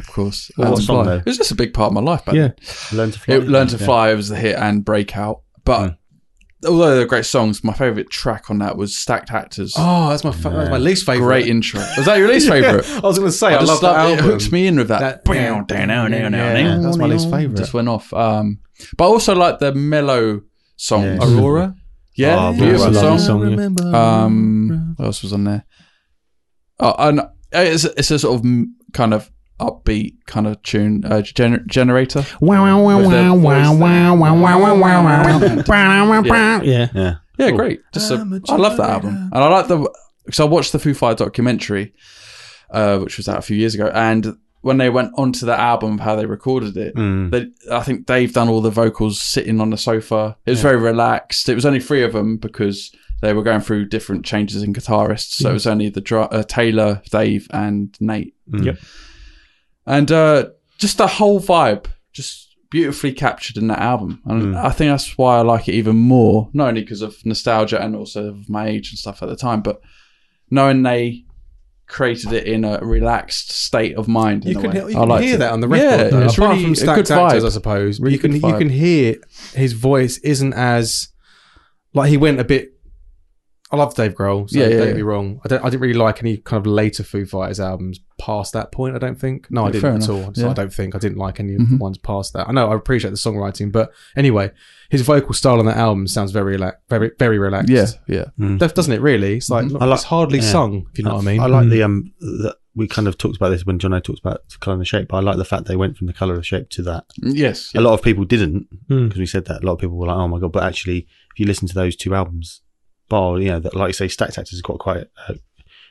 of course. What Um, fly. song though? it was just a big part of my life back Yeah. then. Learn to fly. It, Learn to Yeah. Fly was the hit and Breakout. But although they're great songs, my favourite track on that was Stacked Actors. Oh, that's my fa- that's my least favorite. *laughs* great intro. Was that your least *laughs* favourite? I was going to say I, just love that loved- album. It hooked me in with that. That- yeah. Yeah, that's my least favorite. Just went off. Um, but I also like the mellow songs. Yeah. Aurora. Yeah, Oh, beautiful Aurora, song. lovely song, yeah. Um, what else was on there? Oh, and it's, it's a sort of mm, kind of upbeat kind of tune uh, gener- generator. Wow, wow, wow, With the wow, wow, voice wow, wow, wow, wow, *laughs* wow, wow, wow. Yeah. Yeah. Yeah, Cool. great. Just a, I'm a I love that generator. album, and I like the because I watched the Foo Fighters documentary, uh, which was out a few years ago, and when they went onto the album of how they recorded it. Mm. They, I think they've done all the vocals sitting on the sofa. It was very relaxed. It was only three of them because they were going through different changes in guitarists. So it was only the dra- uh, Taylor, Dave, and Nate. Mm. Yep. And uh, just the whole vibe, just beautifully captured in that album. And Mm. I think that's why I like it even more, not only because of nostalgia and also of my age and stuff at the time, but knowing they created it in a relaxed state of mind. in You a can, way. you I can liked hear it. that on the Yeah, record. though. it's Apart really from a Stacked good Actors, vibe. I suppose. Really you can good you vibe. can hear his voice isn't as like he went a bit. I love Dave Grohl. So Yeah, yeah, don't yeah. get me wrong. I, don't, I didn't really like any kind of later Foo Fighters albums past that point. I don't think. No, Yeah, I fair didn't at enough. all. So Yeah. I don't think I didn't like any of Mhm. the ones past that. I know I appreciate the songwriting, but anyway, his vocal style on that album sounds very relax, very very relaxed. Yeah, yeah. Def- doesn't it? Really, it's like I like- it's hardly yeah. sung. If you know what I mean. I like the um. The, we kind of talked about this when Jono talked about color and the shape, but I like the fact they went from the color of the shape to that. Yes. A lot of people didn't Hmm. because we said that. A lot of people were like, "Oh my god!" But actually, if you listen to those two albums, bar you know, that, like you say, Stack Tactics has got quite a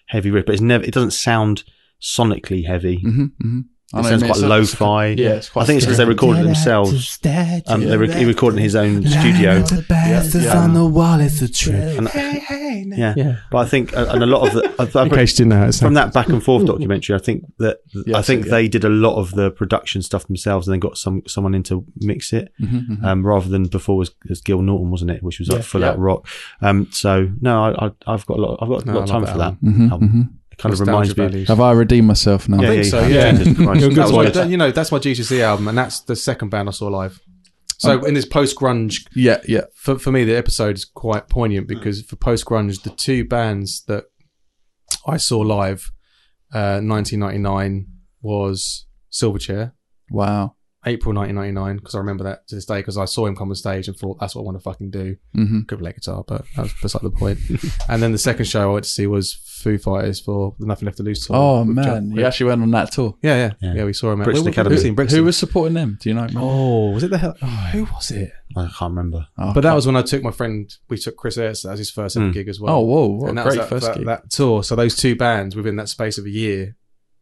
heavy riff, but it's never. It doesn't sound sonically heavy. Mm-hmm, mm-hmm. It sounds quite lo-fi. Yeah, it's quite I think it's because they recorded it themselves. Um, they re- he recorded in his own studio. Yeah. the wall is the truth. And- hey, Yeah. Yeah. but I think and and a lot of the *laughs* I- I- In case you didn't know, it's from that back and forth documentary, I think that Yeah, I think so, yeah. they did a lot of the production stuff themselves, and then got some someone in to mix it, Mhm, um, rather than before was, was Gil Norton, wasn't it? Which was like Yeah, full yeah. out rock. Um, so no, I, I, I've got a lot. I've got No, a lot I love of time that for that. album. mhm, Um, mhm. It kind of reminds me. Have I redeemed myself now? think so, yeah. Jesus *laughs* Christ. You're a good That That's was one. why, good. you know, that's my GCC album, and that's the second band I saw live. So in this post grunge Yeah, yeah. for, for me, the episode is quite poignant because for post grunge, the two bands that I saw live, uh, 1999 was Silverchair, Wow. April 1999, because I remember that to this day because I saw him come on stage and thought that's what I want to fucking do. Mm-hmm. Good leg guitar, but that's beside the point. *laughs* and then the second show I went to see was Foo Fighters for the Nothing Left to Lose tour. Oh with man, Jeff- you actually went on that tour. yeah, yeah, yeah, Yeah. We saw him at Brixton we- we- Academy. we seen Brixton. Who was supporting them? Do you know? Oh, Oh, was it the hell? Oh, who was it? I can't remember. But Oh, that was when I took my friend. We took Chris Ayres as his first ever Mm. gig as well. oh whoa, what a and that was great that, first that, gig. that tour. So those two bands within that space of a year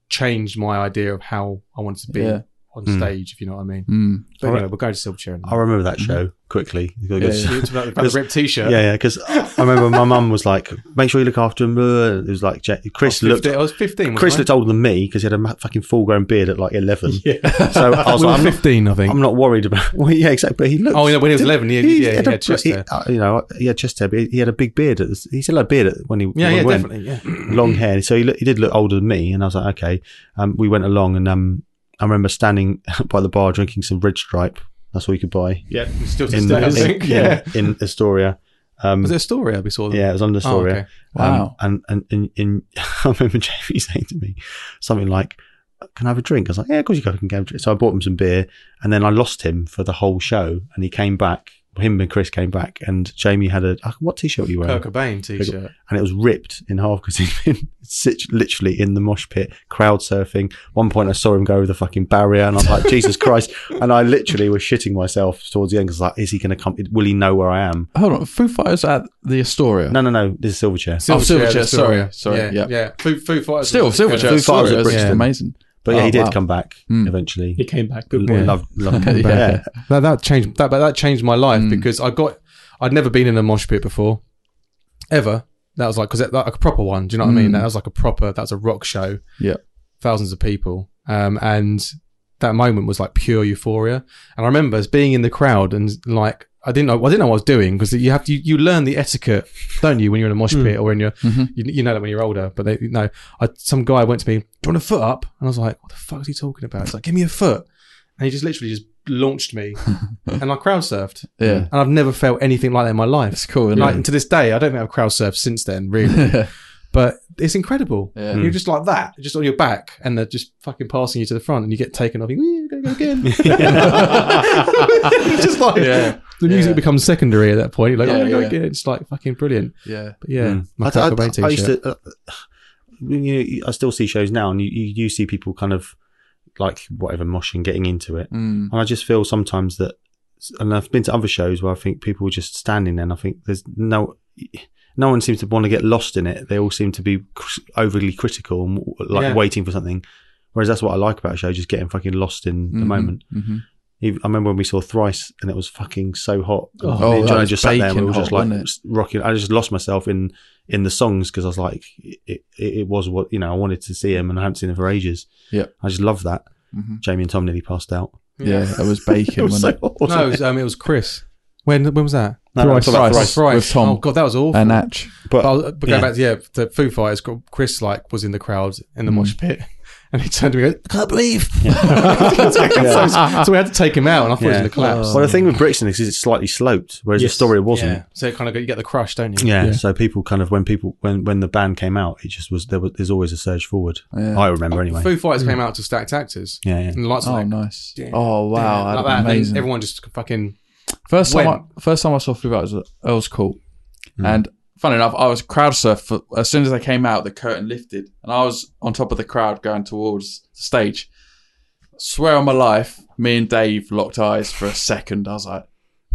changed my idea of how I wanted to be Yeah. on Mm. stage. If you know what I mean. Mm. But All right. anyway, we'll go to Silverchair. And I remember that show quickly. You gotta go Yeah, see- You talked about the- about *laughs* Because- the ripped Yeah, T-shirt. yeah, because I remember my mum was like, "Make sure you look after him." blah. It was like Je- I Chris was looked. 15 I was Oh, fifteen. wasn't Chris I? looked older than me because he had a ma- fucking full-grown beard at like eleven. *laughs* Yeah, So I was we were *laughs* like, I'm not, fifteen, I think. I'm not worried about. *laughs* Well, yeah, exactly. But he looked. oh, you know, when he was eleven, yeah, yeah, had yeah, a- yeah, chest he- hair. uh, you know, he had chest hair. But he- he had a big beard. At the, he still had a beard at, when he yeah, when yeah, he went. definitely, yeah. long hair. So he, look, he did look older than me, and I was like, okay. Um, we went along, and um, I remember standing *laughs* by the bar drinking some Red Stripe. That's all you could buy Yeah, we still in in in, the *laughs* yeah. in, in Astoria. Um, Was it Astoria? We saw them. yeah, it was under Oh, Astoria. okay. Wow. Um, and and, and, *laughs* and I remember Jamie *laughs* saying to me something like, "Uh, can I have a drink? I was like, yeah, of course you can have a drink. So I bought him some beer and then I lost him for the whole show and he came back, him and Chris came back and Jamie had a, uh, what t-shirt were you wearing? Kurt Cobain T-shirt. and it was ripped in half because he'd been *laughs* sit- literally in the mosh pit, crowd surfing. One point, I saw him go over the fucking barrier, and I was *laughs* like, Jesus Christ! And I literally was shitting myself towards the end because like, is he going to come? Will he know where I am? Um, Hold on, Foo Fighters at the Astoria. No, no, no. This is Silverchair. Oh, Silverchair, Astoria. sorry, sorry, yeah, yeah. yeah. Foo, Foo Fighters. Still, was- Silverchair. Foo Fighters at Astoria, Brixton. It's amazing. But yeah, Oh, he did wow. come back Hmm. eventually. He came back. Good Loved, boy. Loved, loved *laughs* Yeah. coming back. that that changed that but that changed my life Mm. because I got I'd never been in a mosh pit before ever that was like because like a proper one do you know what I mean Mm. that was like a proper that was a rock show Yeah. thousands of people um and that moment was like pure euphoria and I remember as being in the crowd and like I didn't know I didn't know what I was doing because you have to you, you learn the etiquette don't you when you're in a mosh pit or when you're Mhm. you, you know that when you're older, but they no. I, some guy went to me, "Do you want a foot up?" And I was like, "What the fuck is he talking about?" It's like, "Give me a foot," and he just literally just launched *laughs* me, and I crowd surfed, Yeah, and I've never felt anything like that in my life. it's cool. Like *laughs* Isn't and to this day, I don't think I've crowd surfed since then, *laughs* really. it? but it's incredible. Yeah. Hmm. You're just like that, just on your back, and they're just fucking passing you to the front, and you get taken off. You "Wee, gotta go *laughs* again. *laughs* It's just like Yeah. the music Yeah. becomes secondary at that point. You're like, Yeah, oh, go yeah. Hmm. again. It's like fucking brilliant. yeah. But yeah, Mm. my I, Kurt Cobain I, I used t-shirt. to. Uh, you know, I still see shows now, and you, you do see people kind of like whatever moshing, getting into it. Mm. And I just feel sometimes that, and I've been to other shows where I think people were just standing there, and I think there's no, no one seems to want to get lost in it. They all seem to be cr- overly critical and like Yeah. waiting for something. Whereas that's what I like about a show, just getting fucking lost in the Mhm. moment. Mhm. Even, I remember when we saw Thrice and it was fucking so hot. Oh, And me and that Jono was just sat there and we baking were just hot, like wasn't it? s- rocking. I just lost myself in in the songs because I was like, it, it, it was what you know. I wanted to see him and I haven't seen him for ages. Yep. I just love that. Mhm. Jamie and Tom nearly passed out. Yeah, that was It *laughs* bacon. was wasn't so *laughs* it? hot, wasn't No, it? it was, um, it was Chris. When when was that? No, no, I'm talking about Thrice. Thrice. With Tom. Oh god, that was awful. And Natch. But, but I was, but going yeah. back to yeah, the Foo Fighters. Chris like was in the crowd in Mm. the mosh pit, *laughs* and he turned to me, and goes, "I can't believe." *laughs* so, so we had to take him out, and I thought he was in the collapse. well, the thing with Brixton is it's slightly sloped, whereas Yes. the story wasn't. Yeah. So kind of you get the crush, don't you? Yeah. So people kind of when people when when the band came out, it just was there was there's always a surge forward. Yeah. I remember anyway. Foo Fighters came out to stacked actors, Yeah, yeah. and the lights were Oh, like, nice. Yeah. Oh, wow. yeah, like that'd be that. and then amazing. everyone just fucking First time, When? I, first time I saw Foo Fighters was at Earl's Court, Mm. and funny enough, I was crowd surfed. For, as soon as they came out, the curtain lifted, and I was on top of the crowd going towards the stage. Swear on my life, me and Dave locked eyes for a second. I was like,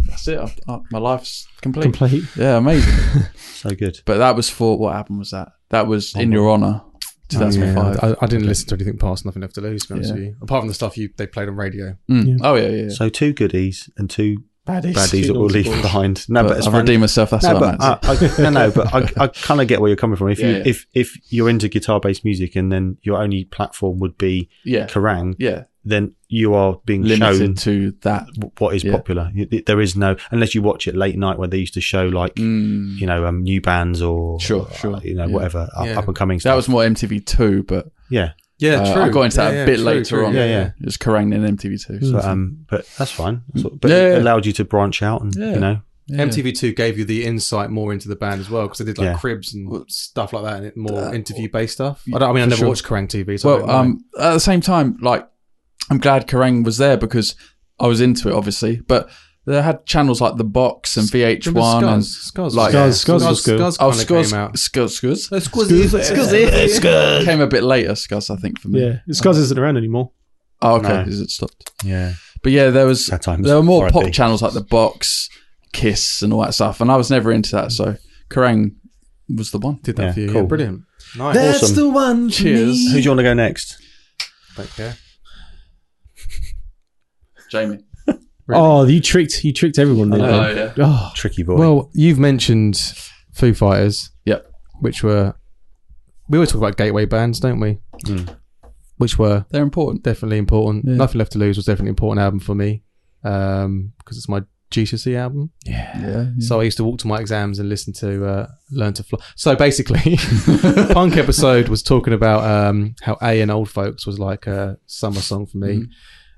"That's it. I, I, my life's complete." Complete. Yeah, amazing. So good. but that was for what album was that? That was in your honor, Oh, two thousand Yeah, five. I, I didn't listen to anything past Nothing Left to Lose, to be honest Yeah. with you. Apart from the stuff you they played on radio. Yeah. Oh yeah, yeah. yeah. So two goodies and two Baddies. baddies that we'll leave behind. No, but but, it's I've fun. redeemed myself. That's No, what but uh, I I, I, no, no, but *laughs* I, I kind of get where you're coming from. If you Yeah, yeah. if if you're into guitar based music and then your only platform would be meant. Yeah, Kerrang, yeah. then you are being shown Limited to that. w- what is Yeah. popular. You- There is no unless you watch it late night where they used to show like Mm. you know um, new bands or Sure, uh, sure. you know Yeah. whatever up, Yeah. up and coming That stuff. was more MTV two, but yeah, Yeah, Uh, true. I got into Yeah, that yeah, a bit true, later true. on. Yeah, yeah. It was Kerrang and MTV2. So. Mm. But, um, but that's fine. That's what- but Yeah, it yeah. allowed you to branch out and Yeah. you know, Yeah. MTV2 gave you the insight more into the band as well because they did like Yeah. cribs and stuff like that and it, more Uh, interview based stuff. I, don't, I mean, I for never sure. watched Kerrang TV. So I Well, don't know. um, at the same time, like I'm glad Kerrang was there because I was into it, obviously. But they had channels like The Box and Remember VH1 and Scuzz? Scuzz, like- Scuzz- Scuzz was good. Scuzz oh, kinda Scuzz, came out. Scuzz, Scuzz. Scuzz. came a bit later. Scuzz, I think for me. Yeah, it's because isn't around anymore. Oh, okay. No. Is it stopped? yeah, But yeah, there was Sad times. there were more R.I.P. pop channels like The Box, Kiss, and all that stuff, and I was never into that. So Kerrang was the one. Did that Yeah, for you. cool. Yeah, brilliant. Nice. That's Awesome. the one. Cheers, Who do you want to go next? Don't care. Jamie. Really? Oh, you tricked you tricked everyone there. know. then. yeah. Oh, Tricky boy. Well, you've mentioned Foo Fighters. Yep. Which were. We always talk about gateway bands, don't we? Hmm. Mm. Which were They're important. definitely important. Yeah. Nothing Left to Lose was definitely an important album for me because it's my GCSE album. Yeah. So I used to walk to my exams and listen to uh, Learn to Fly. So basically, *laughs* punk episode was talking about um, how A and Old Folks was like a summer song for me.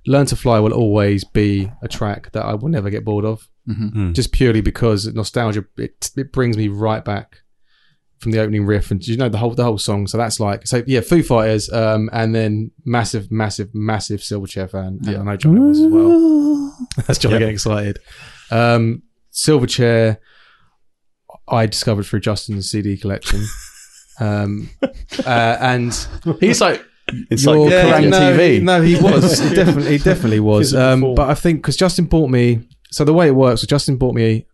Learn to Fly will always be a track that I will never get bored of, Mhm. Mm. just purely because nostalgia it, it brings me right back from the opening riff and you know the whole the whole song. So that's like so yeah, Foo Fighters, um, and then massive, massive, massive Silverchair fan. Yeah, Yeah. I know Johnny was as well. *laughs* That's Johnny getting excited. Um, Silverchair, I discovered through Justin's CD *laughs* collection. um, uh, and He's like It's Your like Yeah, Kerrang! no, TV. No, he was *laughs* he definitely, he definitely was. Physical Um, form. but I think because Justin bought me, so the way it works was Justin bought me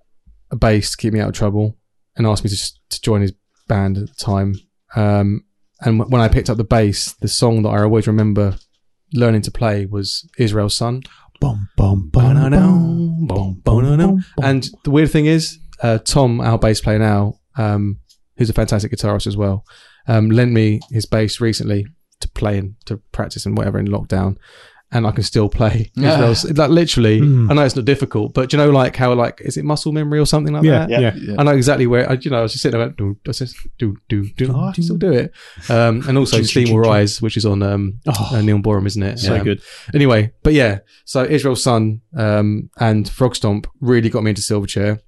a bass to keep me out of trouble and asked me to just, to join his band at the time. Um, and w- when I picked up the bass, the song that I always remember learning to play was Israel's Son. Bum, bum, Ba-na-na, bum, ba-na-na. And the weird thing is, uh, Tom, our bass player now, um, who's a fantastic guitarist as well, um, lent me his bass recently to play and to practice and whatever in lockdown. And I can still play. Yeah. Israel's- Like literally, Mm. I know it's not difficult, but do you know, like how like is it muscle memory or something like yeah, that? yeah. I know exactly where. I, you know, I was just sitting there, going, do, I was just do do do. Oh, I can still do it. Um, and also, Steam Will Rise, which is on um, Oh, uh, Neil Borum, isn't it? so Um, good. Anyway, but yeah, so Israel's Son um, and Frog Stomp really got me into Silverchair.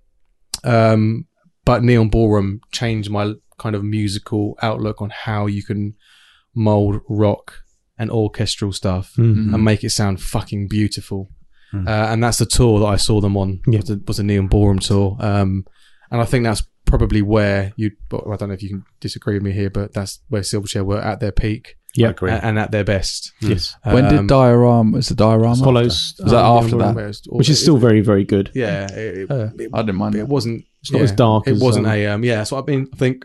Um, but Neon Ballroom changed my kind of musical outlook on how you can mold rock and orchestral stuff Mm. Mhm. Mm-hmm. and make it sound fucking beautiful. Mm. Uh, and that's the tour that I saw them on. Hmm. Yeah. Was, a, was a Neon Ballroom tour. Um, and I think that's probably where you. Well, I don't know if you can disagree with me here, but that's where Silverchair were at their peak Yeah. I agree. a- and at their best. Yes, When Um, did Diorama? Is the Diorama? follows. Was that after that? Which is still very, very good. yeah. It, Uh, I didn't mind it it. wasn't. It's not yeah, as dark. It as, wasn't um, a um, yeah. So I mean, I think.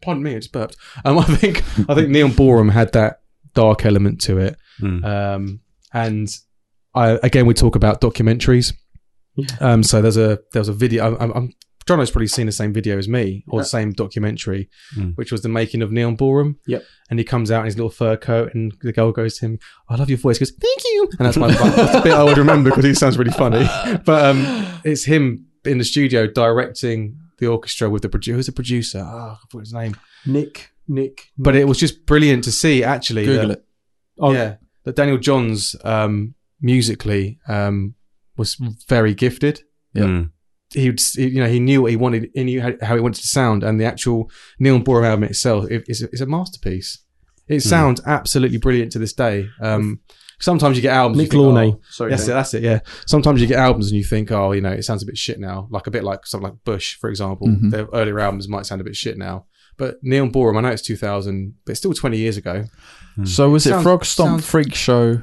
Pardon me, I just burped. Um, *laughs* I think I think Neon Borum had that dark element to it. Mm. Um, and I again we talk about documentaries. Yeah. Um, so there's a there's a video. I'm, I'm Jono's probably seen the same video as me or the same documentary, Mm. which was the making of Neon Ballroom. Yep. And he comes out in his little fur coat, and the girl goes to him, "I love your voice." He goes, "Thank you." And that's my that's the bit I would remember because he sounds really *laughs* funny. But um, it's him in the studio directing the orchestra with the producer. Who's the producer? Ah, I forgot his name. Nick, Nick. But it was just brilliant to see actually. that- Google it. Oh, yeah, that Daniel Johns um, musically um, was very gifted. Yeah. Mm. He, would, he, you know, he knew what he wanted. He knew how, how he wanted to sound, and the actual Neil Borum album itself i- is, is a masterpiece. It Hmm. sounds absolutely brilliant to this day. Um, sometimes you get albums. you Nick think, Launay. oh, that's it. That's it. Yeah. Sometimes you get albums and you think, oh, you know, it sounds a bit shit now. Like a bit like something like Bush, for example. Mhm. Their earlier albums might sound a bit shit now. But Neil Borum, I know it's 2000, but it's still 20 years ago. So was it Sounds- Frog Stomp sounds- Freak Show,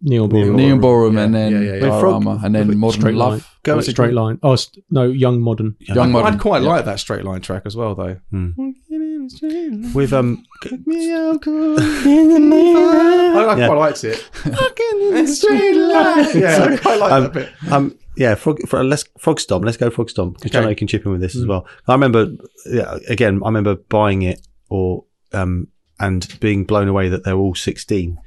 Neil Ballroom. Neil- Neon Ballroom, and Yeah, then yeah, yeah, yeah. Diorama, and then Modern Straight Love? Line. Go straight line. Oh st- no, Young Modern. Young I'd, Modern. I'd quite Yeah. like that straight line track as well, though. Mm. With um, *laughs* I, I Yeah. quite liked it. *laughs* *laughs* yeah, I quite like Um, that bit. um, yeah, frog, for, let's frog stomp. Let's go frog stomp because Okay. Jono can chip in with this as well. I remember, yeah, again, I remember buying it or um and being blown away that they're all sixteen.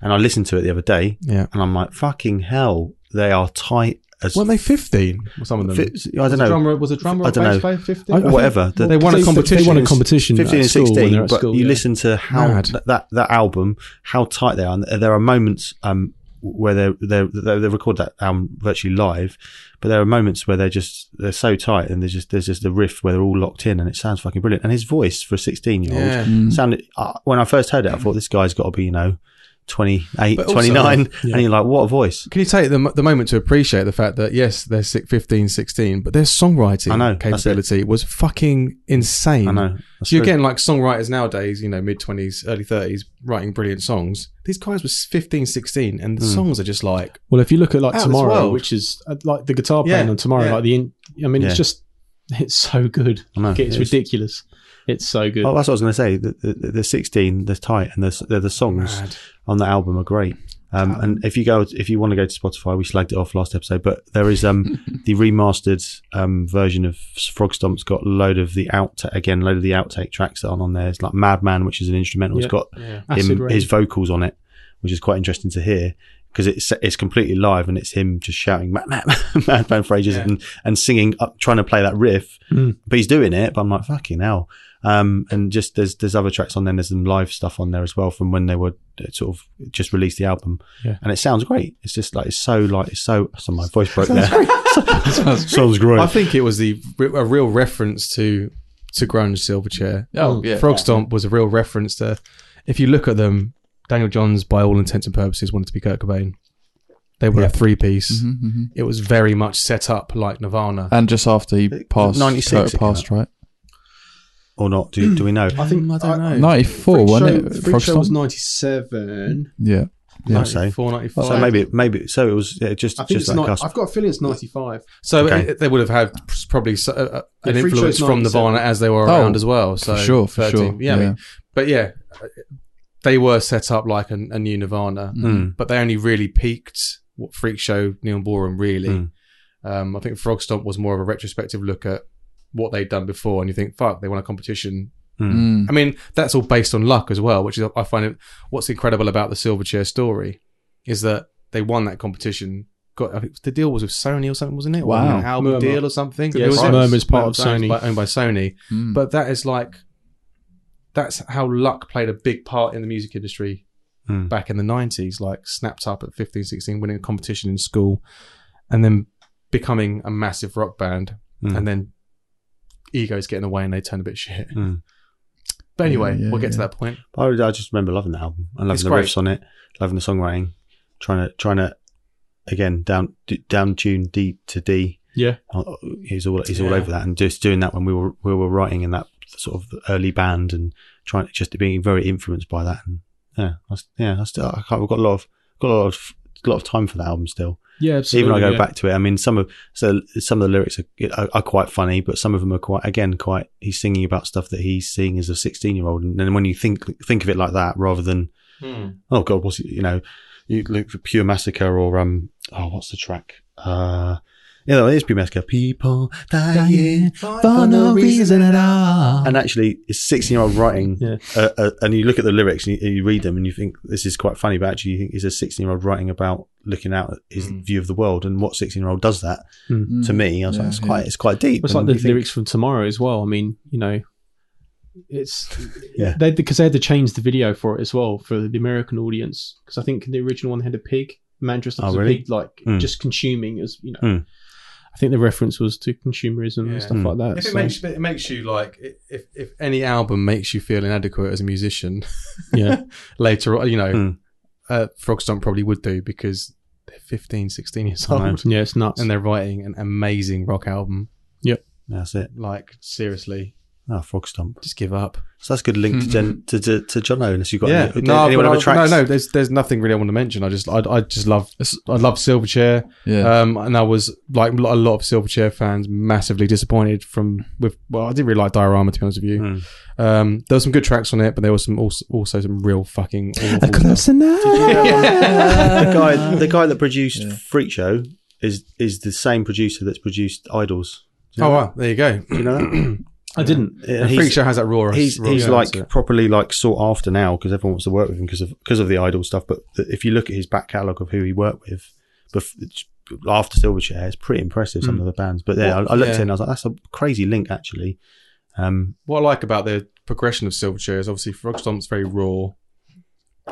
And I listened to it the other day, Yeah. and I'm like, fucking hell, they are tight as Weren't they 15? Or some of them. fi- I was don't a know, drummer, was a drummer I a don't bass know. player 15? I- I- whatever. The- They won a They- They won a competition. Fifteen at and school when sixteen, they're at but school, you yeah. listen to how Mad. that, that that album, how tight they are, and there are moments um where they they they record that album virtually live, but there are moments where they're just they're so tight and there's just there's just the riff where they're all locked in and it sounds fucking brilliant. And his voice for a sixteen year old Yeah. Mm. sounded uh, when I first heard it, I thought this guy's got to be you know 28, But also- 29. Yeah. and you're like, what a voice! Can you take the, mo- the moment to appreciate the fact that, yes, they're si- 15, 16, but their songwriting I know, that's it. capability was fucking insane. I know. That's So you're true. getting like songwriters nowadays, you know, mid 20s, early 30s, writing brilliant songs. These guys were 15, 16, and the Mm. songs are just like, Well, if you look at like Out of this tomorrow, world. which is uh, like the guitar playing Yeah, on tomorrow, yeah. like the in, I mean, Yeah. it's just *laughs* it's so good. I know, Like, it's it is. ridiculous. It's so good. Oh, that's what I was going to say. The, the, the 16, they're tight, and the, the, the songs mad. on the album are great. Um, and if you go, if you want to go to Spotify, we slagged it off last episode, but there is um, *laughs* the remastered um, version of Frog Stomp's got a load of the out again, load of the outtake tracks that are on there. It's like Madman, which is an instrumental. It's Yeah. got Yeah. Acid him, Rain. his vocals on it, which is quite interesting to hear because it's it's completely live and it's him just shouting Mad Mad *laughs* Madman for ages Yeah. and and singing, up, trying to play that riff, Mm. but he's doing it. But I'm like fucking hell. Um, and just there's there's other tracks on there. There's some live stuff on there as well from when they were uh, sort of just released the album, Yeah. and it sounds great. It's just like it's so like it's so. So my voice broke there. *laughs* sounds I great. think it was the a real reference to to grunge Silverchair. Oh, yeah. Frog Stomp was a real reference to. If you look at them, Daniel Johns, by all intents and purposes, wanted to be Kurt Cobain. They were a three piece. Mhm, mhm. It was very much set up like Nirvana. And just after he passed, 96 Kurt passed, right? Or not? Do, do we know? I think I don't know. 94, wasn't it? Frog Stomp? ninety seven. yeah. Yeah. Like 94, 95. So maybe maybe so. It was yeah, just just like us. I've got a feeling it's ninety five. So Okay. it- they would have had probably so- uh, uh, an Yeah, Free influence Show's 97. from Nirvana as they were Oh, around as well. So for sure, for 13. sure. Yeah, I mean, but yeah, they were set up like an, a new Nirvana, Mm-hmm. Mm. but they only really peaked what Freak Show, Neil Borum, really. Mm. Hmm. Um, I think Frog Stomp was more of a retrospective look at what they'd done before, and you think, fuck, they won a competition. Mm. Mm. I mean, that's all based on luck as well, which is I find it. What's incredible about the Silverchair story is that they won that competition. Got I think the deal was with Sony or something, wasn't it? Or Wow. an album Murmur. deal or something. Yeah, It was it's it. Murmur's part of Murmur's Sony. by- owned by Sony. Mm. But that is like that's how luck played a big part in the music industry Mm. back in the 90s like snapped up at 15 16 winning a competition in school and then becoming a massive rock band Mm. and then egos get in the way and they turn a bit shit Mm. but anyway Yeah, yeah, we'll get to yeah. that point I, I just remember loving the album and loving It's the great. riffs on it, loving the songwriting, trying to trying to again down d- down tune D to D. Yeah. Uh, he's all he's all Yeah. over that and just doing that when we were we were writing in that sort of early band and trying just being very influenced by that and yeah I s yeah I still I can't, I've got a lot of got a lot of a lot of time for that album still. Yeah, Even absolutely. when I go yeah. back to it, I mean some of so some of the lyrics are, are, are quite funny, but some of them are quite again quite he's singing about stuff that he's seeing as a sixteen year old, and then when you think think of it like that rather than oh god, what's it, you know, you look for Pure Massacre or um, oh, what's the track? Uh, you know, it is Pure Massacre. People dying for no reason at all. And actually, it's sixteen-year-old writing, Yeah. uh, uh, and you look at the lyrics and you, you read them, and you think this is quite funny, but actually, you think it's a sixteen-year-old writing about looking out at his Mm. view of the world, and what sixteen-year-old does that Mm. to me? I was Yeah, like, it's yeah. quite, it's quite deep. It's like And the you think- lyrics from tomorrow as well. I mean, you know, it's Yeah. they because they had to change the video for it as well for the American audience because I think the original one had a pig. Mandras Oh, was really? a pig like Mm. just consuming as you know. Mm. I think the reference was to consumerism Yeah. and stuff Mm. like that. if it so- makes, it makes you like i- if, if any album makes you feel inadequate as a musician *laughs* Yeah. later on you know Mm. uh, Frog Stomp probably would do because they're 15 16 years I know. old yeah, it's nuts. and they're writing an amazing rock album That's it. like seriously Oh, frog stomp. just give up So that's a good link to Jen, to, to to Jono. Unless you've got any, did no, but anyone have a I- track? no, no. There's there's nothing really I want to mention. I just I, I just love I love Silverchair, Yeah. um, and I was like a lot of Silverchair fans massively disappointed from with well I didn't really like Diorama to be honest with you. Mm. Um, there were some good tracks on it, but there was some also, also some real fucking awful stuff. *laughs* the guy the guy that produced Yeah. Freak Show is is the same producer that's produced Idols. Oh wow, there you go. Do you know that? *clears throat* I didn't. Yeah, And he's- Freak Show has that raw. He's raw he's sound like to it. properly like sought after now because everyone wants to work with him because of because of the Idol stuff. But th- if you look at his back catalogue of who he worked with, bef- after Silverchair, it's pretty impressive. Some Hmm. Mm. of the bands, but yeah, I, I looked Yeah. in, I was like, that's a crazy link actually. Um, What I like about the progression of Silverchair is obviously Frog Stomp's very raw,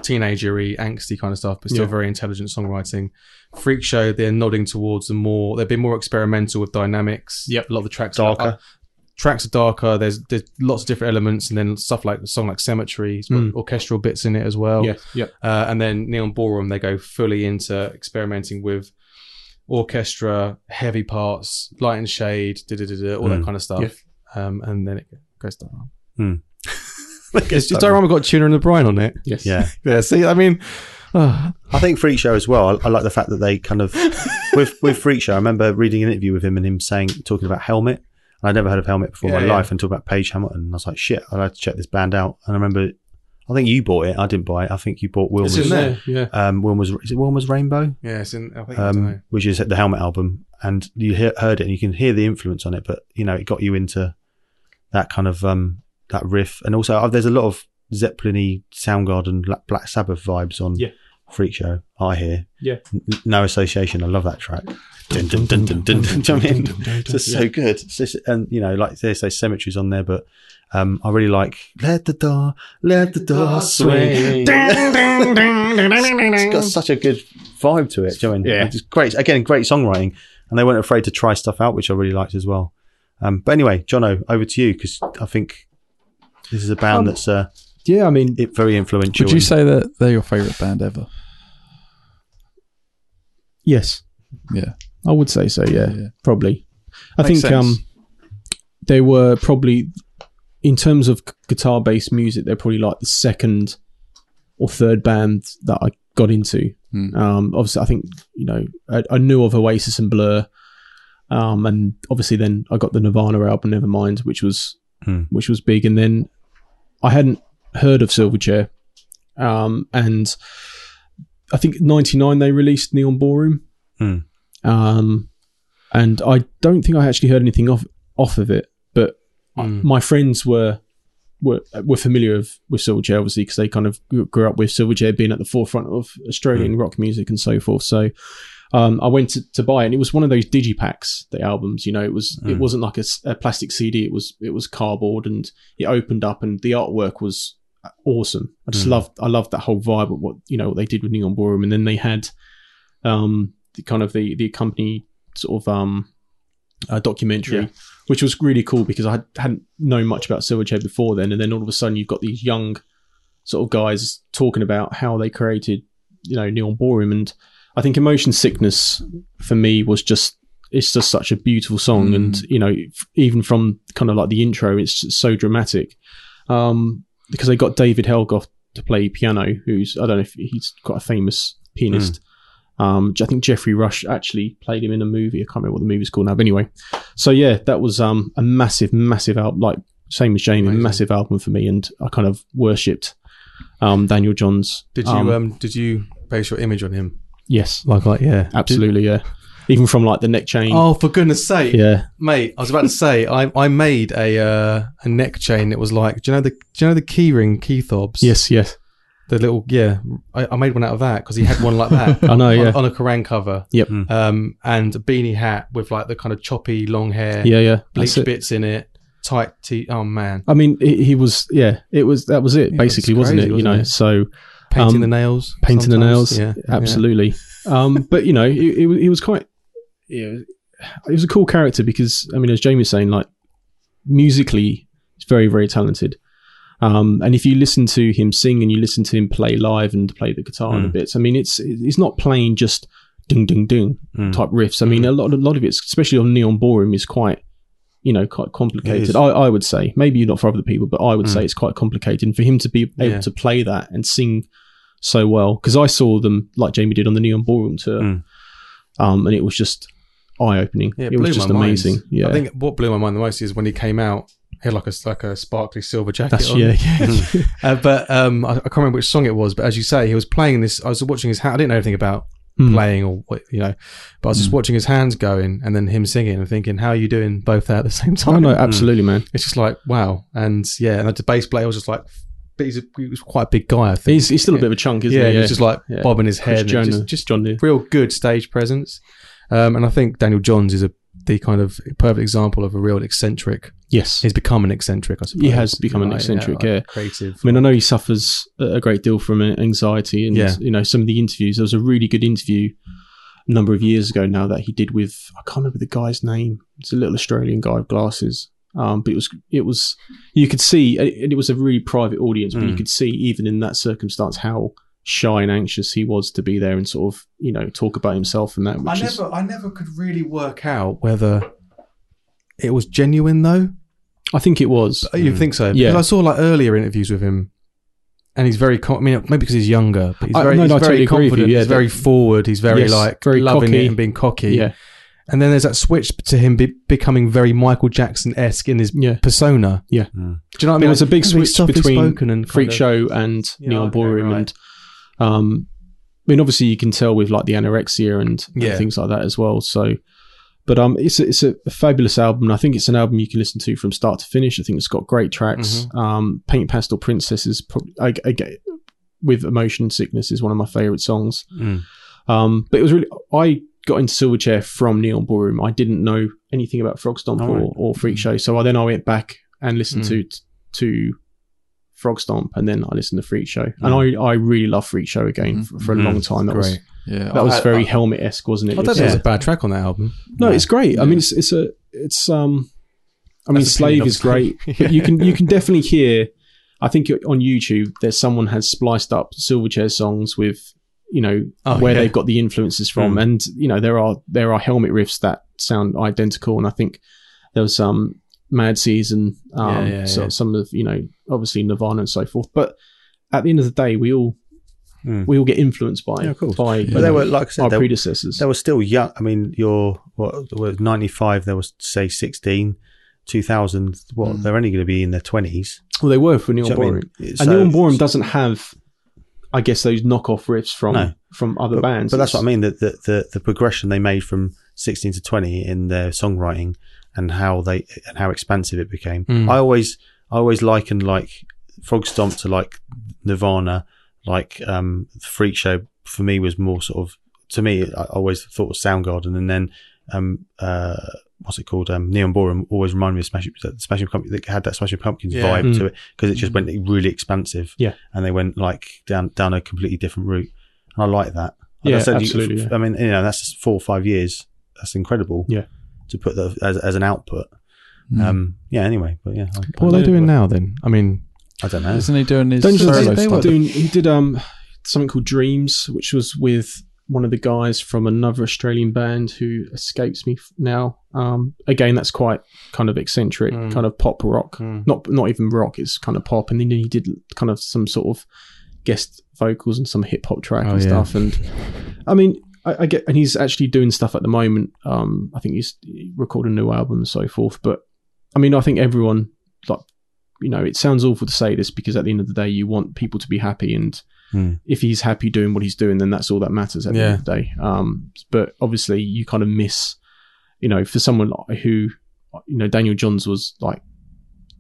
teenagery, angsty kind of stuff, but still Yeah. very intelligent songwriting. Freak Show, they're nodding towards the more they've been more experimental with dynamics. Yep. a lot of the tracks are- darker. tracks are darker. There's there's lots of different elements, and then stuff like the song like Cemetery, it's got Mm. orchestral bits in it as well. Yes. Yep. Uh, and then Neon Ballroom, they go fully into experimenting with orchestra, heavy parts, light and shade, da da da da, all that Mm. kind of stuff. Um, and then it goes down. *laughs* It's It's just Diorama got Tuna and the Brine on it. Yes. yeah. Yeah, see, I mean, uh, I think Freak Show as well. I, I like the fact that they kind *laughs* of with with Freak Show. I remember reading an interview with him and him saying talking about Helmet. And I'd never heard of Helmet before in Yeah, my yeah. life, and talking about Paige Hamilton. And I was like, shit, I'd like to check this band out. And I remember, I think you bought it. I didn't buy it. I think you bought it's Wilmer's. in there. Yeah, Um, Wilmer's is it Wilmer's Rainbow? yeah, it's in. I think I don't know. Um, which is the Helmet album, and you hear, heard it, and you can hear the influence on it. But you know, it got you into that kind of um that riff, and also uh, there's a lot of Zeppelin-y Soundgarden, La- Black Sabbath vibes on Yeah. Freak Show. I hear, Yeah. N- no association. I love that track. Dun, dun, dun, dun, dun, dun. Do you know what I mean? It's just so good. It's just- and you know, like there's those cemeteries on there, but um, I really like let the door, let the door swing. *laughs* it's Oh. got such a good vibe to it. Do you know what I mean? Yeah. It's great. Again, great songwriting, and they weren't afraid to try stuff out, which I really liked as well. Um, but anyway, Jono, over to you because I think this is a band Um, that's uh, Yeah, I mean, it very influential. Would you and- say that they're your favourite band ever? yes. Yeah. I would say so, yeah. Yeah. Probably. I Makes think sense. um they were probably in terms of guitar based music, they're probably like the second or third band that I got into. Hmm. Um obviously I think, you know, I, I knew of Oasis and Blur. Um and obviously then I got the Nirvana album Nevermind, which was Hmm. which was big and then I hadn't heard of Silverchair. Um and I think '99 they released Neon Ballroom, Hmm. um, and I don't think I actually heard anything off off of it. But Mm. my friends were were were familiar of, with Silverchair, obviously, because they kind of grew- grew up with Silverchair being at the forefront of Australian rock music and so forth. So um, I went to, to buy it, and it was one of those digipacks, the albums. You know, it was it Mm. wasn't like a, s- a plastic CD. It was it was cardboard, and it opened up, and the artwork was awesome. I just Mm. loved I loved that whole vibe of what you know what they did with Neon Ballroom, and then they had um, the kind of the the accompany sort of um, uh, documentary, Yeah. which was really cool because I had, hadn't known much about Silverchair before then, and then all of a sudden you've got these young sort of guys talking about how they created you know Neon Ballroom, and I think Emotion Sickness for me was just it's just such a beautiful song, Mm. and you know f- even from kind of like the intro, it's just so dramatic. Um, because they got David Helgoff to play piano, who's I don't know if he's quite a famous pianist. Um, I think Jeffrey Rush actually played him in a movie. I can't remember what the movie's called now, but anyway. So yeah, that was um a massive, massive album. Like same as Jamie, Amazing. massive album for me, and I kind of worshipped um Daniel Johns. Did you um, did you base your image on him? Yes, Like, like, yeah, absolutely. Yeah, even from like the neck chain. Oh, for goodness' sake, Yeah, mate! I was about to say I, I made a uh, a neck chain that was like, do you know the do you know the key ring key throbs? yes, yes. the little yeah. I, I made one out of that because he had one like *laughs* that. I know. on, Yeah, on a Koran cover. Yep. Mm. Um, and a beanie hat with like the kind of choppy long hair, yeah, yeah. That's bleached it. Um, bits in it, tight tee. Oh man, I mean, he, he was. Yeah, it was. That was it. Yeah, basically, it's wasn't crazy, it? You wasn't know, it? so. painting Um, the nails, painting the sometimes. nails. absolutely. um, but you know, it, it, was- it was quite. It was, it was a cool character because I mean, as Jamie was saying, like musically, he's very very talented. Um, and if you listen to him sing and you listen to him play live and play the guitar and the Mm. bits, I mean, it's it's not playing just ding ding ding Mm. type riffs. I mean, a lot a lot of it, especially on Neon Ballroom, is quite you know quite It is. complicated. I, I would say maybe not for other people, but I would say it's quite complicated. And for him to be able Hmm. Yeah. to play that and sing so well, because I saw them like Jamie did on the Neon Ballroom tour, Mm. um, and it was just eye opening. Hmm. Yeah, it was blew just my mind. amazing. Yeah, I think what blew my mind the most is when he came out. He had like a like a sparkly silver jacket. that's on. *laughs* yeah, yeah. Uh, but um, I, I can't remember which song it was. But as you say, he was playing this. I was watching his. hand. I didn't know anything about Mm. playing or what you know, but I was Hmm. just watching his hands going and then him singing and thinking, how are you doing both there at the same time? Oh *laughs* no, absolutely, man. It's just like wow, and yeah, and the bass player was just like, but he's a, he was quite a big guy. I think He's, he's still a bit of a chunk, isn't yeah, he? he's just like Yeah. bobbing his head, Chris and Jonah, just, just John. Deere. real good stage presence. Um, and I think Daniel Johns is a the kind of perfect example of a real eccentric. Yes. He's become an eccentric, I suppose. has if you become an like, eccentric, yeah. Creative. I mean, I know he suffers a a great deal from a- anxiety, and Yeah. you know some of the interviews. There was a really good interview a number of years ago now that he did with I can't remember the guy's name. It's a little Australian guy with glasses, um, but it was it was you could see, and it was a really private audience, but you Mm. could see even in that circumstance how shy and anxious he was to be there and sort of you know talk about himself and that. Which I is, never, I never could really work out whether it was genuine though. I think it was. You Mm. think so? Hmm. Yeah. Because I saw like earlier interviews with him, and he's very. Com- I mean, maybe because he's younger, but he's I- very, no, he's no, I totally very agree with you, confident. yeah, he's very forward. He's very Yes, like very loving cocky. it and being cocky. yeah, And then there's that switch to him be- becoming very Michael Jackson esque in his yeah. persona. Yeah. Mm. Do you know what I mean? There was a big He's very switch between softly-spoken and Freak kind of- Show and Yeah, Neon okay, Ballroom, right. and um, I mean, obviously you can tell with like the anorexia and, and Yeah. things like that as well. So, but um, it's a, it's a fabulous album. and I think it's an album you can listen to from start to finish. I think it's got great tracks. Mm-hmm. Um, Paint Pastel Princess is probably I, I get with Emotion Sickness is one of my favorite songs. Mm. Um, but it was really I got into Silverchair from Neon Ballroom. I didn't know anything about Frog Stomp All right. or, or Freak Show, so I then I went back and Mm. listened to to Frog Stomp, and then I listened to Freak Show, and I I really love Freak Show again Mm. for, for a Mm. long time. That was Great. Yeah, that was I- very I- helmet esque, wasn't I it? don't It was- think Yeah. it's a bad track on that album. No, it's great. I Yeah. mean, it's it's a it's um. I mean, That's Slave opinion, is great, obviously. but you can you can definitely hear. I think on YouTube, there's someone has spliced up Silverchair songs with you know Oh, where yeah. they've got the influences from, Mm. and you know there are there are helmet riffs that sound identical, and I think there was um Mad Season, um, Yeah, yeah, so, yeah. some of you know obviously Nirvana and so forth, but at the end of the day, we all Mm. we all get influenced by Yeah, of course. by you But they know, were, like I said, our they were, predecessors. they were still young. I mean, you're what was 95, there was say 16, 2000. What Mm. they're only going to be in their 20s. well, they were for Do Neil you know what I Boring. mean? So- And Neil Borum doesn't have, I guess, those knockoff riffs from No. from other but, bands. But that's what I It's- mean. That the, the the progression they made from sixteen to twenty in their songwriting and how they and how expansive it became. Hmm. Mm. I always I always liken like Frog Stomp to like Nirvana, like um Freak Show. For me, was more sort of to me. I always thought was Soundgarden, and then um uh what's it called? Um, Neon Ballroom always reminded me of Smashing Smashing Pumpkins. That had that Smashing Pumpkins Yeah. vibe Mm. to it because it just went really expansive. Yeah. and they went like down down a completely different route. And I like that. Like Yeah, I said, you- absolutely, f- yeah. I mean, you know, that's just four or five years. That's incredible. Yeah. To put that as, as an output. Mm. Um, yeah. Anyway, but yeah, I, What are they doing now then? I mean, I don't know. Isn't he doing his Dungeons solo they, they were stuff? doing. He did um something called Dreams, which was with one of the guys from another Australian band who escapes me f- now. Um, again, that's quite kind of eccentric, Mm. kind of pop rock. Mm. Not not even rock. It's kind of pop. And then he did kind of some sort of guest vocals and some hip hop track Oh, and yeah. stuff. And I mean, I, I get, and he's actually doing stuff at the moment. Um, I think he's recording a new album and so forth. But I mean, I think everyone, like, you know, it sounds awful to say this because at the end of the day, you want people to be happy. And Hmm. if he's happy doing what he's doing, then that's all that matters at the end of the day. Um, but obviously, you kind of miss, you know, for someone like who, you know, Daniel Johns was like,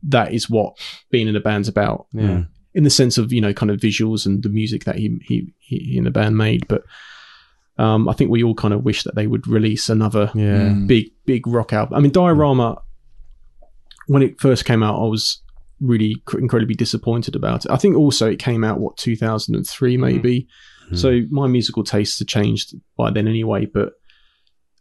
that is what being in a band's about yeah. Mm. in the sense of you know kind of visuals and the music that he he he, he and the band made but um, I think we all kind of wish that they would release another Yeah. Mm. big big rock album. I mean, Diorama when it first came out, I was really cr- incredibly disappointed about it. I think also it came out what 2003 Mm. maybe, Mhm. so my musical tastes had changed by then anyway. But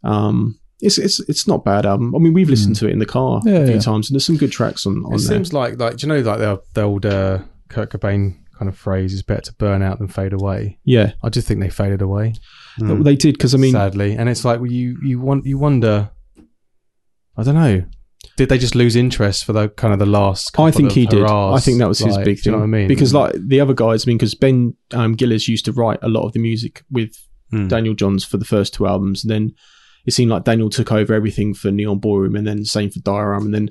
um, it's it's it's not a bad album. I mean, we've listened to it in the car Yeah, a few yeah. times, and there's some good tracks on on Mm. It there. seems like like do you know like the, the old uh, Kurt Cobain kind of phrase is better to burn out than fade away. yeah, I just think they faded away, Mm. they did because I mean, sadly, and it's like well, you you want you wonder. I don't know. Did they just lose interest for the kind of the last? I couple think of he did. hurrahs? I think that was his Like, big do thing. You know what I mean? Because like the other guys, I mean, because Ben um, Gillis used to write a lot of the music with Mm. Daniel Johns for the first two albums, and then it seemed like Daniel took over everything for Neon Ballroom, and then same for Diorama, and then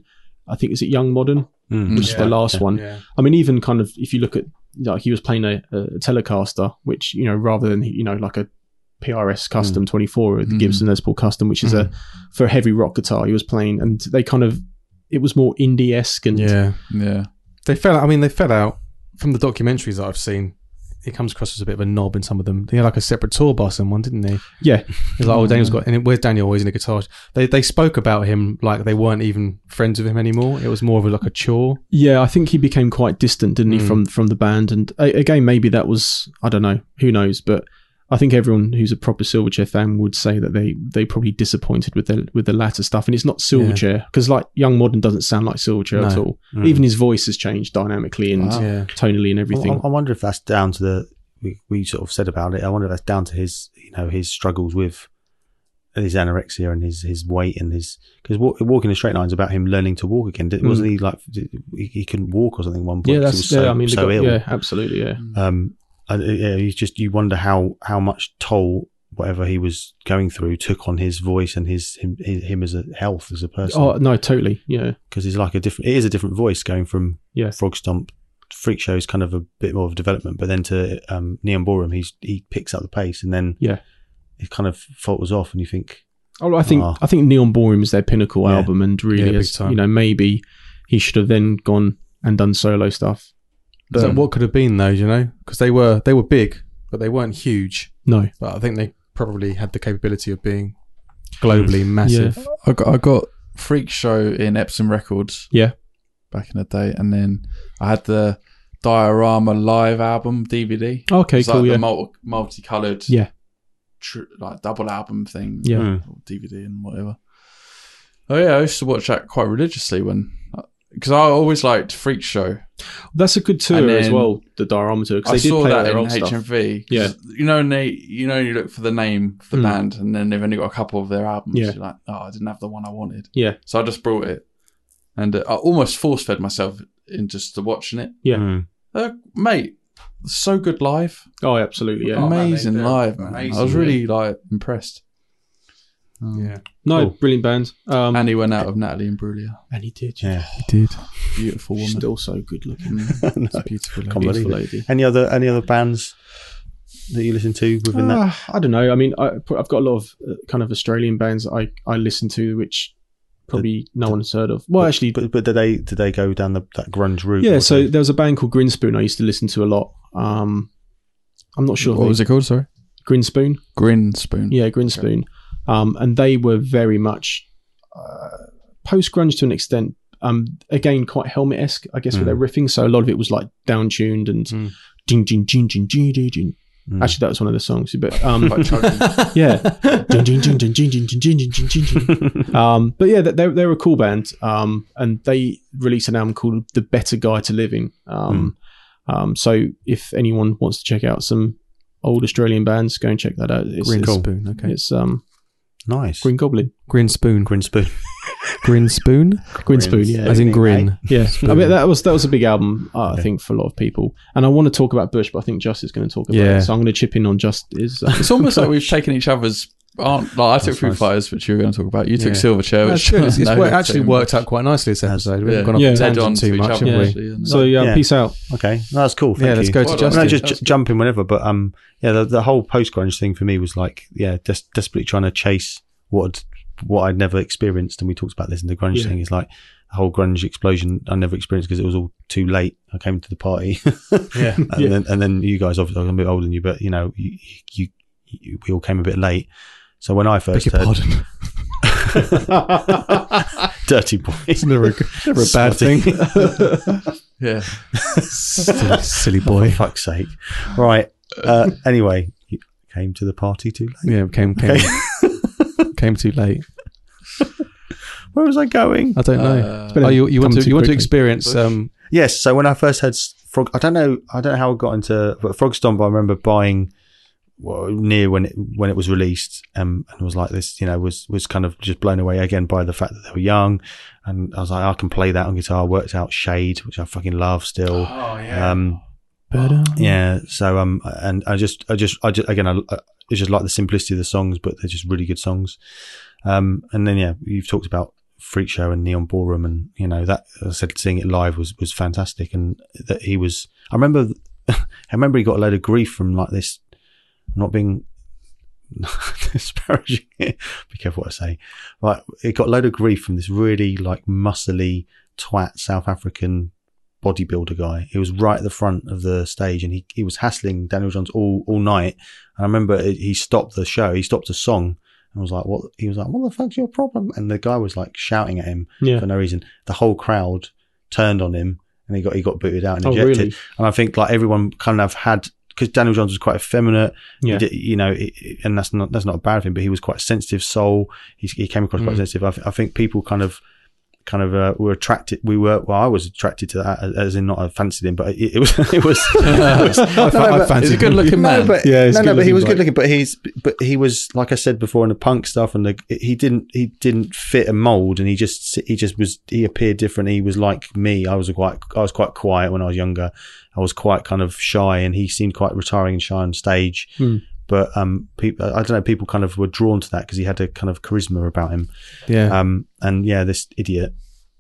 I think is it Young Modern, Mm. which is their Yeah. last one. yeah. I mean, even kind of if you look at like he was playing a, a Telecaster, which you know rather than you know like a PRS Custom 24 or the Mm. Gibson Les Paul Custom, which is Mm. a for heavy rock guitar, he was playing, and they kind of it was more indie esque and yeah, Yeah. they fell. out I mean, they fell out from the documentaries that I've seen. he comes across as a bit of a knob in some of them. He had like a separate tour bus in one, didn't he? Yeah, He's like, oh, Daniel's got, and it- where's Daniel? Always in a guitar. They they spoke about him like they weren't even friends with him anymore. It was more of a, like a chore. yeah. I think he became quite distant, didn't he, Mm. from from the band? And a- again, maybe that was I don't know, who knows? But I think everyone who's a proper Silverchair fan would say that they they probably disappointed with the with the latter stuff. And it's not Silverchair because like Young Modern doesn't sound like Silverchair at No. all. Mm. Even his voice has changed dynamically and Wow. Yeah, tonally and everything. I, I wonder if that's down to the we, we sort of said about it. I wonder if that's down to his you know his struggles with his anorexia and his his weight and his because wa- walking in straight lines about him learning to walk again. Didn't, Wasn't he like he, he couldn't walk or something at one point? Hmm. yeah, 'cause that's he was so, yeah. I mean, they so got- ill. yeah, absolutely, yeah. Um, and, uh, yeah, you just you wonder how how much toll whatever he was going through took on his voice and his him, his, him as a health as a Oh person no, totally, yeah, because he's like a different it is a different voice going from yeah. Frog Stomp Freak Show is kind of a bit more of a development, but then to um, Neon Ballroom, he's he picks up the pace and then Yeah. it kind of falters off, and you think *laughs* Oh, I think Ah. I think Neon Ballroom is their pinnacle Yeah. album, and Yeah, really, big is, time. you know, maybe he should have then gone and done solo stuff. but what could have been though? You know, because they were they were big, but they weren't huge. No, But I think they probably had the capability of being globally massive. I got, I got Freak Show in Epsom Records. Yeah. Back in the day. And then I had the Diorama Live album DVD. okay, it's cool, like yeah, the multi- multi-coloured Yeah. tr- like double album thing. yeah. "Hmm, or DVD and whatever. Oh yeah, I used to watch that quite religiously when, because I always liked Freak Show. That's a good tour And as then well. The Diorama tour I because they did saw play all that their in old stuff. HMV. 'cause Yeah. you know, and they, you know, you look for the name of the Hmm. band, and then they've only got a couple of their albums. Yeah. You're like, oh, I didn't have the one I wanted. Yeah. so I just brought it, and uh, I almost force fed myself into just to watching it. Yeah. hmm." Uh, mate, so good live, Oh, absolutely, yeah. Oh, man, they- amazing they're live, man. I amazing, was really like impressed. Yeah, no, Cool. brilliant band. Um, and he went out of Natalie and Brulia. and he did. yeah. he did. Beautiful woman. She's still so good looking. *laughs* Mm. No, It's beautiful. can't believe Beautiful it. lady. Any other any other bands that you listen to within that? Ah, I don't know. I mean, I, I've got a lot of uh, kind of Australian bands that I, I listen to, which probably no one's heard of. Well, But- actually, but, but did they did they go down the, that grunge route? yeah. or So did there was a band called Grinspoon I used to listen to a lot. Um, I'm not sure. What was it called? Sorry, Grinspoon. Grin Spoon. Yeah, Grinspoon. Um, and they were very much uh, post grunge to an extent. Um, again, quite helmet esque, I guess, with their riffing. So a lot of it was like down tuned and Mm. ding, ding, ding, ding, ding, ding, ding. Mm. Actually, that was one of the songs, but um, Like chugging. yeah, Ding, ding, ding, ding, ding, ding, ding, ding, ding, ding, ding, ding. um, but yeah, they- they're, they're a cool band, um, and they released an album called "The Better Guy to Live In." Um, um, so if anyone wants to check out some old Australian bands, go and check that out. It's, Grin it's, spoon. Okay. it's um, nice. Green Goblin, Grin spoon. Grin spoon. Grin spoon. Green Spoon, Grins. yeah, As in Everything, grin. yeah. I Spoon. mean, that was that was a big album, uh, I Okay. think, for a lot of people. And I want to talk about Bush, but I think Just is going to talk about Yeah. it, so I'm going to chip in on Just is. Uh, It's almost like we've taken each other's. Aren't, like I took That's Foo nice. Fighters, which you were going to talk about. You took Yeah. Silverchair, That's which good. *laughs* It's, it's No, wor- that's actually too worked much. out quite nicely this episode. We Yeah. haven't gone off Yeah. a Dead on tangent to too each much, have other. yeah. we? actually, isn't it? so yeah, Yeah. peace out. Okay, no, that's cool. Thank Yeah, let's you. go Well to done. Justin. No, That's just it. j- jump in whenever. But um, yeah, the, the whole post grunge thing for me was like, yeah, just desperately trying to chase what what I'd never experienced. And we talked about this in the grunge Yeah. thing. Is like the whole grunge explosion I never experienced because it was all too late. I came to the party, *laughs* Yeah. and, Yeah. Then, and then you guys obviously I'm a bit older than you, but you know, you, you, you we all came a bit late. So when I Beg first your heard pardon. *laughs* "Dirty Boy," It's never a, g- never a bad Sorry. thing. Yeah. silly, silly *laughs* boy. fuck's sake, right? Uh, anyway, you came to the party too late. *laughs* Yeah, came came came too late. Where was I going? I don't know. Uh, been Oh, you, you want come to too you want to quickly. experience? Um, Yes. So when I first had s- Frog, I don't know, I don't know how I got into, but Frog Stomp. I remember buying well, near when it when it was released, um, and was like this, you know, was was kind of just blown away again by the fact that they were young, and I was like, I can play that on guitar. Worked out Shade, which I fucking love still. oh, yeah. Um, better. yeah. So um, and I just, I just, I just again, I, I it's just like the simplicity of the songs, but they're just really good songs. Um, and then yeah, you've talked about Freak Show and Neon Ballroom, and you know that as I said seeing it live was was fantastic, and that he was. I remember, *laughs* I remember he got a load of grief from like this. I'm not being *laughs* disparaging it. Be careful what I say. Like, it got a load of grief from this really like muscly twat South African bodybuilder guy. He was right at the front of the stage and he, he was hassling Daniel Johns all, all night. And I remember it- he stopped the show. He stopped a song and was like, what? He was like, what the fuck's your problem? And the guy was like shouting at him Yeah. for no reason. The whole crowd turned on him and he got, he got booted out and Oh, ejected. really? And I think like everyone kind of had, because Daniel Johns was quite effeminate, Yeah. He did- you know, it- it- and that's not that's not a bad thing, but he was quite a sensitive soul. He, he came across quite Mm. sensitive. I, th- I think people kind of kind of uh, were attracted. We were well, I was attracted to that, as- as in not I fancied him, but it, it was *laughs* it was. it was- I, fa- *laughs* no, I but- fancy He's a good looking no, man. *laughs* but Yeah, he's no, no, but he good-looking was bloke. good looking. But he's, but he was like I said before in the punk stuff, and the, he didn't, he didn't fit a mold, and he just, he just was, he appeared different. He was like me. I was quite, I was quite quiet when I was younger. I was quite kind of shy, and he seemed quite retiring and shy on stage. Hmm. But um, people, I don't know, people kind of were drawn to that because he had a kind of charisma about him. Yeah. Um, and yeah, this idiot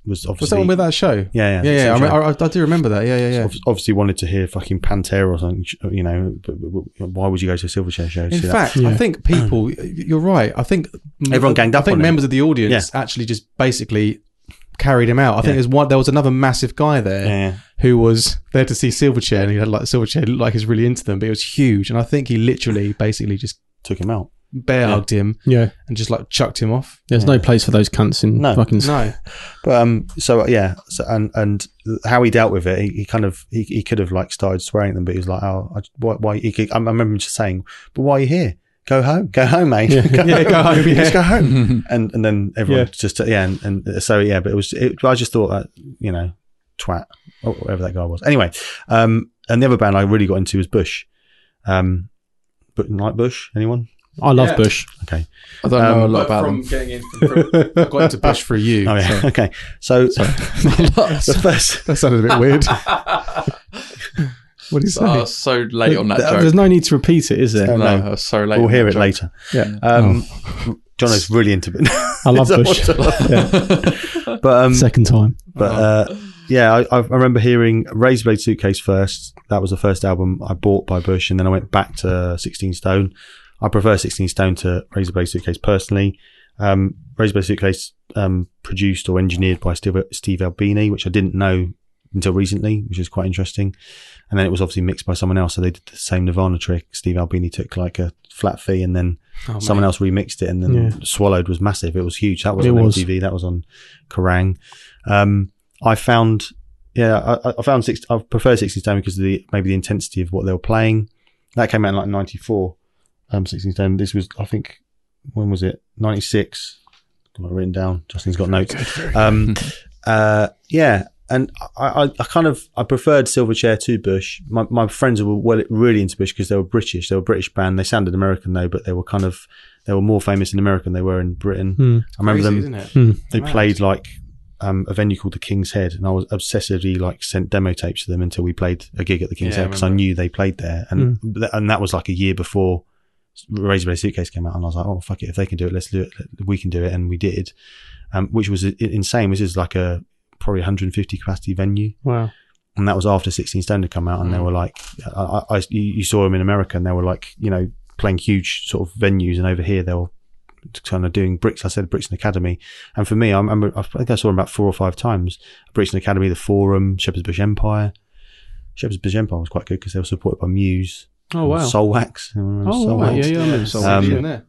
was obviously was that one with that show? yeah, yeah, yeah, yeah. I, same show. re- I, I do remember that. Yeah, yeah, yeah. Obv- Obviously wanted to hear fucking Pantera or something, you know. But, but- but why would you go to a Silverchair show? to In see that? fact, I Yeah. think people, you're right. I think Everyone ganged up I think on him. members of the audience actually just basically carried him out. I think there's one. There was another massive guy there Yeah. who was there to see Silverchair, and he had like Silverchair looked like he's really into them, but it was huge, and I think he literally basically just took him out. bear hugged him Yeah. and just like chucked him off. There's no place for those cunts in No. fucking. No, But um, so uh, yeah, so and and how he dealt with it, he, he kind of he, he could have like started swearing at them, but he was like, oh, I, why? why he could, I remember him just saying, but why are you here? Go home, *laughs* go home, mate. Yeah. Yeah, go home, yeah. Just go home. and and then everyone Yeah. just yeah, and, and so yeah, but it was it, I just thought that you know, twat or whatever that guy was. Anyway, um, and the other band I really got into was Bush, um, but like Bush, anyone? I love Yeah. Bush. Okay, I don't know a lot about Um, from them. getting in, from, from, *laughs* I got into Bush for you. oh yeah, *laughs* okay. *laughs* So *laughs* the first. That sounded a bit weird. what do you say? I was so late Uh, on that Th- joke. There's no need to repeat it, is there? No, no. I was so late. We'll on hear that it joke. later. Yeah. Um, John is really into it. Oh. I love *laughs* Is that Bush. what- Yeah. *laughs* But um, Second time. but uh, yeah, I, I remember hearing Razorblade Suitcase first. That was the first album I bought by Bush, and then I went back to Sixteen Stone. I prefer Sixteen Stone to Razorblade Suitcase personally. Um, Razorblade Suitcase um, produced or engineered by Steve, Steve Albini, which I didn't know until recently, which is quite interesting. And then it was obviously mixed by someone else, so they did the same Nirvana trick. Steve Albini took like a flat fee, and then *laughs* Oh, someone mate. else remixed it and then Yeah. swallowed was massive it was huge that was It on was. mtv that was on kerrang um i found yeah i, I- I found six i prefer 16 stone because of the maybe the intensity of what they were playing that came out in like 94 um 16 stone this was i think when was it 96 got it written down justin's got notes um uh yeah and I, I, I kind of I preferred Silverchair to Bush. My, my friends were well, really into Bush because they were British. They were a British band. They sounded American though, but they were kind of they were more famous in America than they were in Britain. Hmm. I remember Crazy, them isn't it? they Mad. played like um, a venue called the King's Head, and I was obsessively like sent demo tapes to them until we played a gig at the King's Yeah, I Head 'cause Head because I remember. knew they played there, and th- and that was like a year before Razorblade Suitcase came out, and I was like, oh fuck it, if they can do it, let's do it, we can do it, and we did, um, which was i- insane. This is like a probably 150 capacity venue, Wow. and that was after 16 Stone had come out, and they Hmm. Mm. were like, I, I, I- you you saw them in America, and they were like, you know, playing huge sort of venues, and over here they were kind of doing Brixton. I said Brixton Academy, and for me, I remember I think I saw them about four or five times. Brixton Academy, the Forum, Shepherd's Bush Empire. Shepherd's Bush Empire was quite good because they were supported by Muse, Oh wow. Soul Wax. I remember oh Soul wow. Yeah, Wax. yeah. I remember So Soul Um, Wax, it's yeah. in there.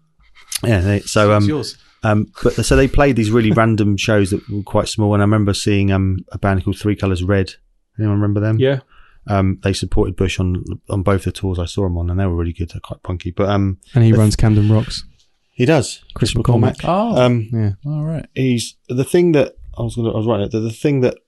yeah. They, so um, It's yours. um, but so they played these really random shows that were quite small, and I remember seeing um a band called Three Colors Red. Anyone remember them? Yeah. Um, they supported Bush on on both the tours I saw him on, and they were really good. They're quite punky, but um, And he runs Camden Rocks. he does Chris McCormack. Oh, Um, Yeah. all right. he's the thing that I was gonna I was writing it. The, the thing that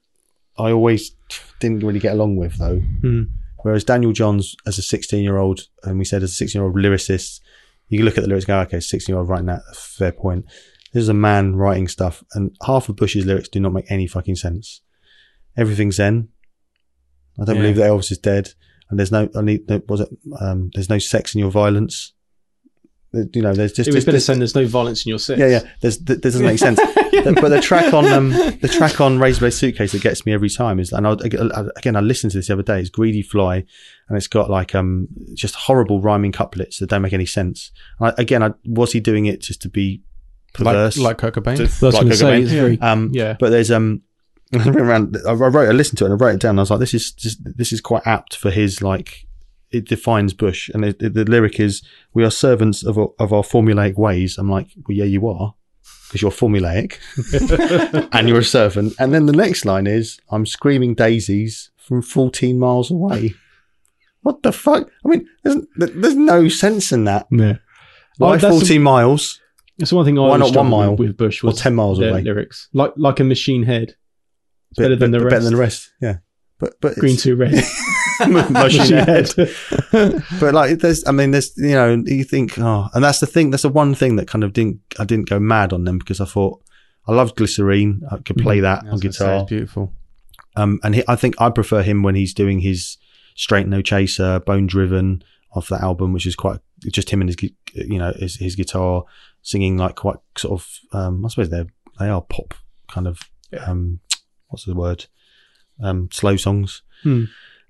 I always didn't really get along with though. Hmm. Whereas Daniel Johns, as a sixteen year old, and we said as a sixteen year old lyricist, you can look at the lyrics, and go okay, sixteen year old writing that, fair point. This is a man writing stuff, and half of Bush's lyrics do not make any fucking sense. Everything's Zen. I don't Yeah. believe that Elvis is dead, and there's no. I need. no- Was it? Um, there's no sex in your violence. You know, there's just It was just- better saying there's no violence in your sex. yeah, yeah. There's, th- that doesn't make sense. But- but the track on um, the track on Razorblade Suitcase that gets me every time is, and I, again, I listened to this the other day. It's Greedy Fly, and it's got like um just horrible rhyming couplets that don't make any sense. And I, again, I, was he doing it just to be Like, perverse? like Kurt Cobain. To- That's what I was like gonna say. Cobain? It's very. um, *laughs* Yeah. But there's um I went around. I I wrote. I listened to it and I wrote it down. And I was like, "This is just, this is quite apt for his like." It defines Bush, and it, it- the lyric is, "We are servants of our, of our formulaic ways." I'm like, "Well, yeah, you are, because you're *laughs* formulaic, and you're a servant." And then the next line is, "I'm screaming daisies from 14 miles away." What the fuck? I mean, there's, there's no sense in that. Yeah. Why Well, that's 14 miles? That's one thing I Why was not one struggling mile? with Bush Or was 10 miles their away? lyrics. Like like a machine head. It's Bit- better than bit- the bit Better rest. than the rest. Yeah. But but Green it's- too red. *laughs* machine head. head. But like, there's, I mean, there's, you know, you think, oh, and that's the thing. That's the one thing that kind of didn't, I didn't go mad on them because I thought I loved Glycerine. I could play that on guitar. It's beautiful. Um, and he, I think I prefer him when he's doing his Straight No Chaser, Bone Driven off that album, which is quite just him and his, gu- you know, his, his guitar singing like quite sort of, um, I suppose they're, they are pop kind of, um, what's the word? Um, slow songs. Hmm.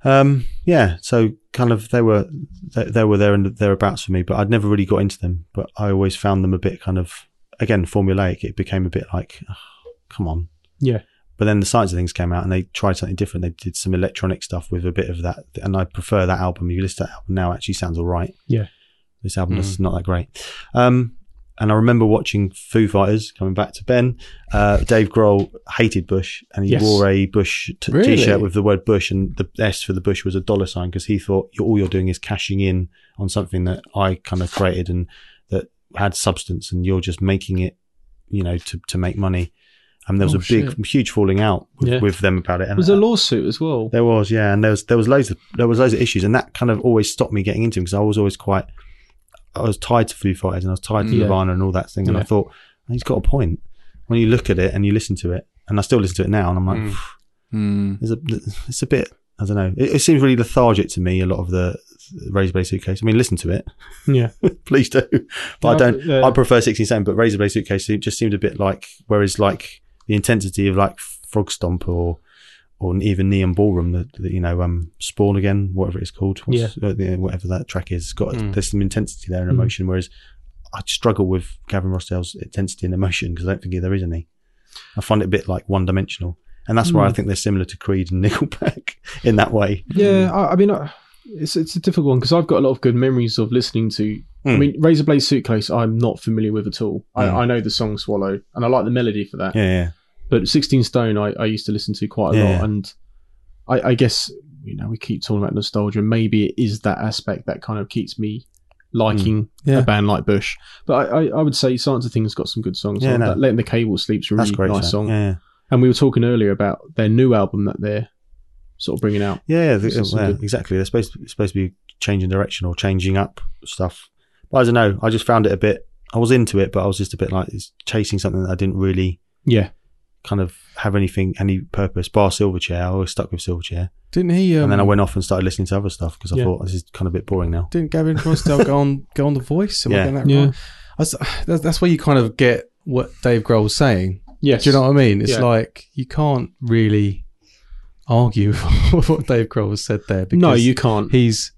Um, yeah. So kind of they were, they, they were there and thereabouts for me, but I'd never really got into them, but I always found them a bit kind of, again, formulaic. It became a bit like, "Ugh, come on. But then the Science of Things came out and they tried something different. They did some electronic stuff with a bit of that. And I prefer that album. You listen to that album now, it actually sounds all right. Yeah. This album is not that great. Um, and I remember watching Foo Fighters, coming back to Ben. Uh, Dave Grohl hated Bush and he Yes. wore a Bush t Really? shirt with the word Bush and the S for the Bush was a dollar sign because he thought you're, all you're doing is cashing in on something that I kind of created and that had substance and you're just making it, you know, to, to make money. And there was Oh, a big, huge falling out with, Yeah. with them about it. And It was a lawsuit as well. there was, yeah, and there was there was loads of there was loads of issues, and that kind of always stopped me getting into him because I was always quite, I was tied to Foo Fighters and I was tied to Mm. Yeah. Nirvana and all that thing, and I Yeah. thought he's got a point when you look at it and you listen to it, and I still listen to it now, and I'm like, Mm. Hmm. there's a, it's a bit, I don't know, it, it seems really lethargic to me. A lot of the Razorblade Suitcase. I mean, listen to it, *laughs* Yeah. please do, but I No, don't. uh, I prefer 16 Seven, but Razorblade Suitcase it just seemed a bit like, whereas like the intensity of like Frog Stomp or or even Neon Ballroom, the, the, you know, um, Spawn again, whatever it's called, What's- uh, the- whatever that track is, it's got Hmm. Mm. there's some intensity there and Mm. emotion. Whereas I struggle with Gavin Rossdale's intensity and emotion because I don't think there is any. I find it a bit like one dimensional. And that's why I Mm. think they're similar to Creed and Nickelback *laughs* in that way. Yeah, I, I mean, I, it's it's a difficult one because I've got a lot of good memories of listening to. I Mm. mean, Razorblade Suitcase, I'm not familiar with at all. Mm. I, I know the song Swallow, and I like the melody for that. Yeah, yeah. But Sixteen Stone, I, I used to listen to quite a Yeah, lot, yeah. and I, I guess you know we keep talking about nostalgia. Maybe it is that aspect that kind of keeps me liking Yeah. a band like Bush. But I, I, I would say Science of Things got some good songs. Yeah, on. no. That Letting the Cable Sleep's a That's really a great. nice song. song. Yeah, yeah. And we were talking earlier about their new album that they're sort of bringing out. Yeah, the, It's- it's yeah, good. exactly. They're supposed to, supposed to be changing direction or changing up stuff. But I don't know. I just found it a bit. I was into it, but I was just a bit like it's chasing something that I didn't really Yeah, kind of have anything, any purpose. Bar Silverchair, I always stuck with Silverchair, Didn't he? Um, and then I went off and started listening to other stuff because I Yeah. thought this is kind of a bit boring now. Didn't Gavin Rossdale go on go on the Voice? Am I Yeah. getting that Yeah. right? I was, that's, that's where you kind of get what Dave Grohl was saying. yes. Do you know what I mean? It's Yeah. like you can't really argue *laughs* with what Dave Grohl has said there. Because no, you can't. he's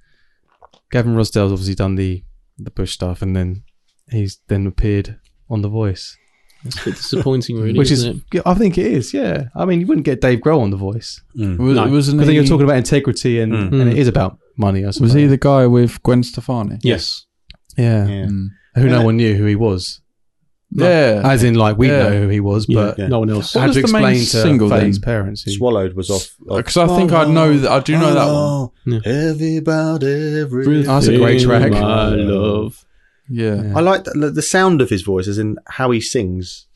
Gavin Rosdale's obviously done the the Bush stuff, and then he's then appeared on The Voice, It's a bit disappointing, really. *laughs* which is isn't yeah, I think it is. Yeah, I mean you wouldn't get Dave Grohl on The Voice Mm. Was, No, wasn't because then he, you're talking about integrity, and Mm. and it is about money. I suppose. was he the guy with Gwen Stefani? it? yes, yeah. Yeah. Mm. who no one knew who he was. Yeah. As in, like we Yeah. know who he was, yeah, but yeah. no one else. What had was to the main explain to single then? Faye's parents. Who, Swallowed was off. Because Uh, I think I know that. I do know that Oh. one. Yeah. Heavy about everything. That's a great track. *laughs* My love. Yeah. Yeah. I like the, the sound of his voice, as in how he sings,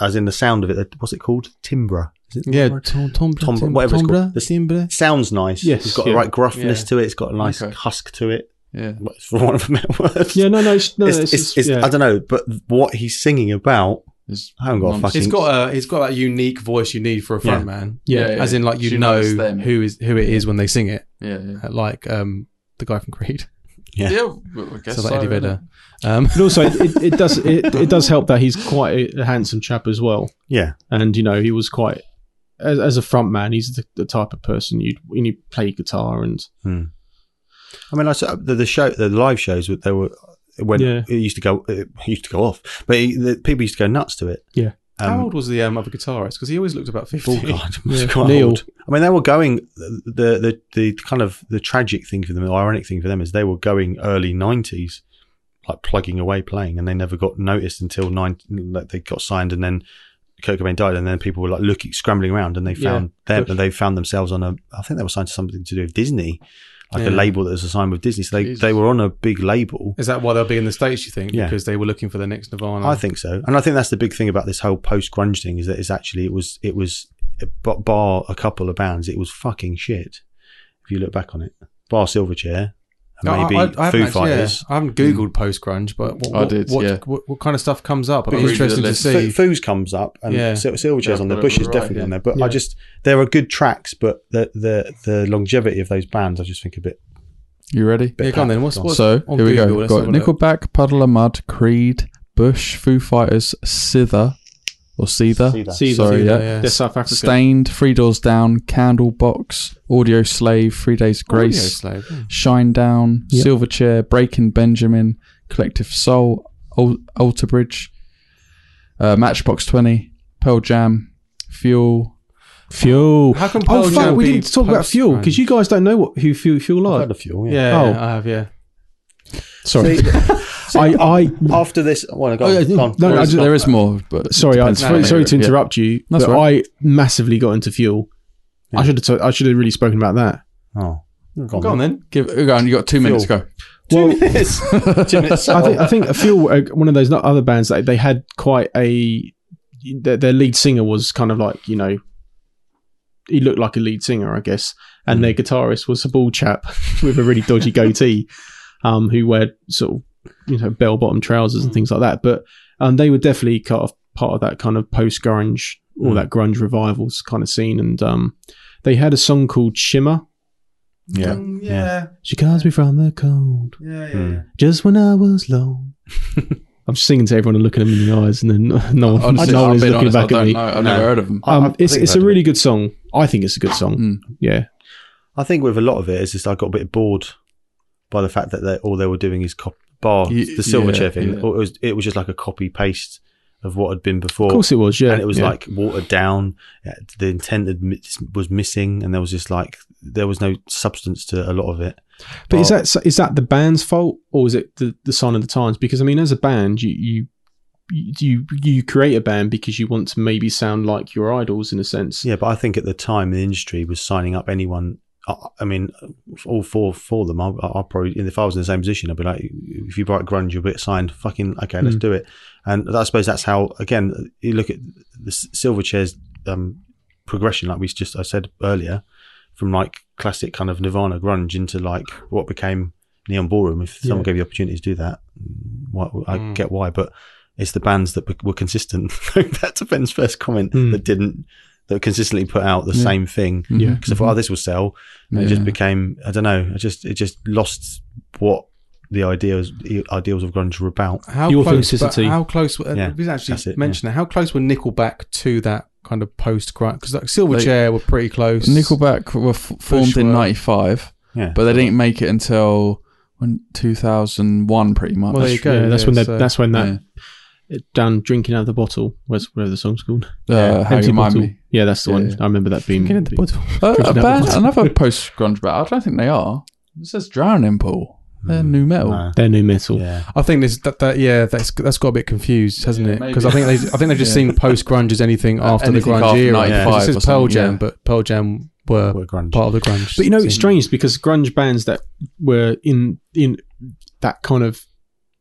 as in the sound of it. What's it called? Timbre. Is it yeah, Tom, Tom, Tom- Tim- whatever it's Tombra? called. The- Timbra? sounds nice. Yes, it's got yeah. the right gruffness Yeah. to it. It's got a nice Okay. husk to it. Yeah. For *laughs* want of a better word, Yeah, no, no, it's, no, it's, it's, it's, just- it's- yeah. I don't know, but what he's singing about, It's- I haven't got a It's fucking. It's got a it's got that unique voice you need for a front Yeah. man. yeah, yeah. As in, like you, You know know it's them. who is who it is when they sing it, yeah. Yeah. like um the guy from Creed, *laughs* Yeah. Yeah. well, I guess so like Eddie innit? Vedder. Um, But also, it, it, it does it, it does help that he's quite a, a handsome chap as well, yeah, and you know he was quite as, as a front man. He's the, the type of person you'd when you play guitar and I mean, I saw the, the show, the live shows, they were when Yeah. *laughs* it used to go, it used to go off, but it, the, people used to go nuts to it. Yeah. How Um, old was the um, other guitarist? Because he always looked about oh, fifty. God, *laughs* it was Yeah. quite Neil. old. I mean, they were going the, the the kind of the tragic thing for them, the ironic thing for them is they were going early nineties, like plugging away playing, and they never got noticed until nine. Like they got signed, and then Kurt Cobain died, and then people were like looking, scrambling around, and they Yeah, found them, push. and they found themselves on a. I think they were signed to something to do with Disney, like Yeah. a label that was assigned with Disney. So they Jesus. they were on a big label. Is that why they'll be in the states? You think? Yeah. Because they were looking for the next Nirvana. I think so, and I think that's the big thing about this whole post grunge thing is that it's actually it was it was b- bar a couple of bands, it was fucking shit. If you look back on it, bar Silverchair No, and maybe I, I, I haven't Foo actually- yeah, Fighters. I haven't googled post grunge, but what, I what, did, what, yeah. what, what kind of stuff comes up? But I'm you interested did to a list. see. Foo- Foo's comes up and Yeah. Sil- Silverchair's Yeah, on there. but Bush is right, definitely yeah. on there, but Yeah. I just there are good tracks, but the the the longevity of those bands, I just think a bit. You ready? bit Yeah, go on then. What's, Go on. what's so on here we Google? go. Let's Got have a look. Nickelback, Puddle of Mud, Creed, Bush, Foo Fighters, Sither or Seether, See that. See, Sorry, the, yeah. yeah. they're South African. Stained, Three Doors Down, Candlebox, Audio Slave, Three Days Audio Grace, Slave, yeah. Shine Down, Yep. Silverchair, Breaking Benjamin, Collective Soul, Al- Alter Bridge, uh, Matchbox Twenty, Pearl Jam, Fuel. Fuel. How come? Oh Pearl fuck! Jam We be didn't talk about post fuel because you grunge? guys don't know what who fuel fuel I've are. heard of Fuel, yeah. Yeah, Oh. I have. Yeah. Sorry, See, I I after this, well, go Oh, yeah, on, go on. no, there, I is, just- there is more, but sorry, I, depends sorry, on- sorry to yeah. interrupt you. That's but all I massively got into fuel. I should have t- I should have really spoken about that. Oh, go on. Go on then. Give, go on, you got two minutes. Go. Well, *laughs* minutes. Two minutes. I think I think a few uh, one of those not other bands that they had quite a their, their lead singer was kind of like you know he looked like a lead singer I guess and their guitarist was a bald chap *laughs* with a really dodgy goatee um who wore sort of you know bell bottom trousers and things like that but um they were definitely kind of part of that kind of post grunge all Mm. that grunge revivals kind of scene and um they had a song called Shimmer Yeah. yeah, she calls me from the cold yeah, Hmm. yeah. just when I was long. I'm singing to everyone and looking at me in the eyes, and then *laughs* no one, Honestly, no I'll one is be looking honest, back I at don't me. know. I've No. never heard of them. I- I Um, it's think it's I've a heard of really good song. I think it's a good song. Mm. Yeah, I think with a lot of it, it's just I got a bit bored by the fact that they, all they were doing is cop- bar Ye- the silver yeah, chair thing. yeah. It was it was just like a copy paste of what had been before. of course it was. Yeah, and it was yeah. like watered down. uh, The intent had mi- was missing, and there was just like there was no substance to a lot of it. But is that is that the band's fault or is it the, the sign of the times? Because I mean, as a band, you you you you create a band because you want to maybe sound like your idols in a sense. Yeah, but I think at the time the industry was signing up anyone. I- I mean, all four for them. I, I probably, if I was in the same position, I'd be like, if you write grunge, you'll be signed. Fucking okay, let's Mm. do it. And I suppose that's how. Again, you look at the S- Silverchair's um, progression, like we just I said earlier, from like classic kind of Nirvana grunge into like what became Neon Ballroom. If someone Yeah. gave you the opportunity to do that, why, I Mm. get why, but it's the bands that be- were consistent. *laughs* That's Ben's first comment Mm. that didn't that consistently put out the Yeah. same thing Yeah. because I thought, oh, this will sell. And It Yeah. just became, I don't know, it just it just lost what the ideas the ideals of grunge were about. How Your close? but authenticity. How close? Uh, Yeah, we that's actually it, mentioned that. How close were Nickelback to that kind of post grunge? Because like Silverchair were pretty close. Nickelback were f- formed in were- '95, Yeah, but they didn't make it until when 2001, pretty much. Well, there you that's, go, yeah, that's yeah, when they, so- that's when that Yeah. down drinking out of the bottle. Where's where the song's called? Uh, *laughs* how Empty you mind Bottle. me? Yeah, that's the Yeah, one. yeah. I remember that being. Get in the bottle. Uh, Drinking a out the band, bottle. another post grunge band. I don't think they are. It says Drowning Pool. They're new metal. Nah. They're new metal. yeah. I think this that, that yeah that's that's got a bit confused, hasn't Yeah, it? Because I think maybe. they I think they've *laughs* just Yeah. seen post grunge as anything Uh, after anything the grunge after era. 95 'Cause It or says Pearl something, Jam, yeah. but Pearl Jam were Were grunge. part of the grunge. But you know, it's scene. strange because grunge bands that were in in that kind of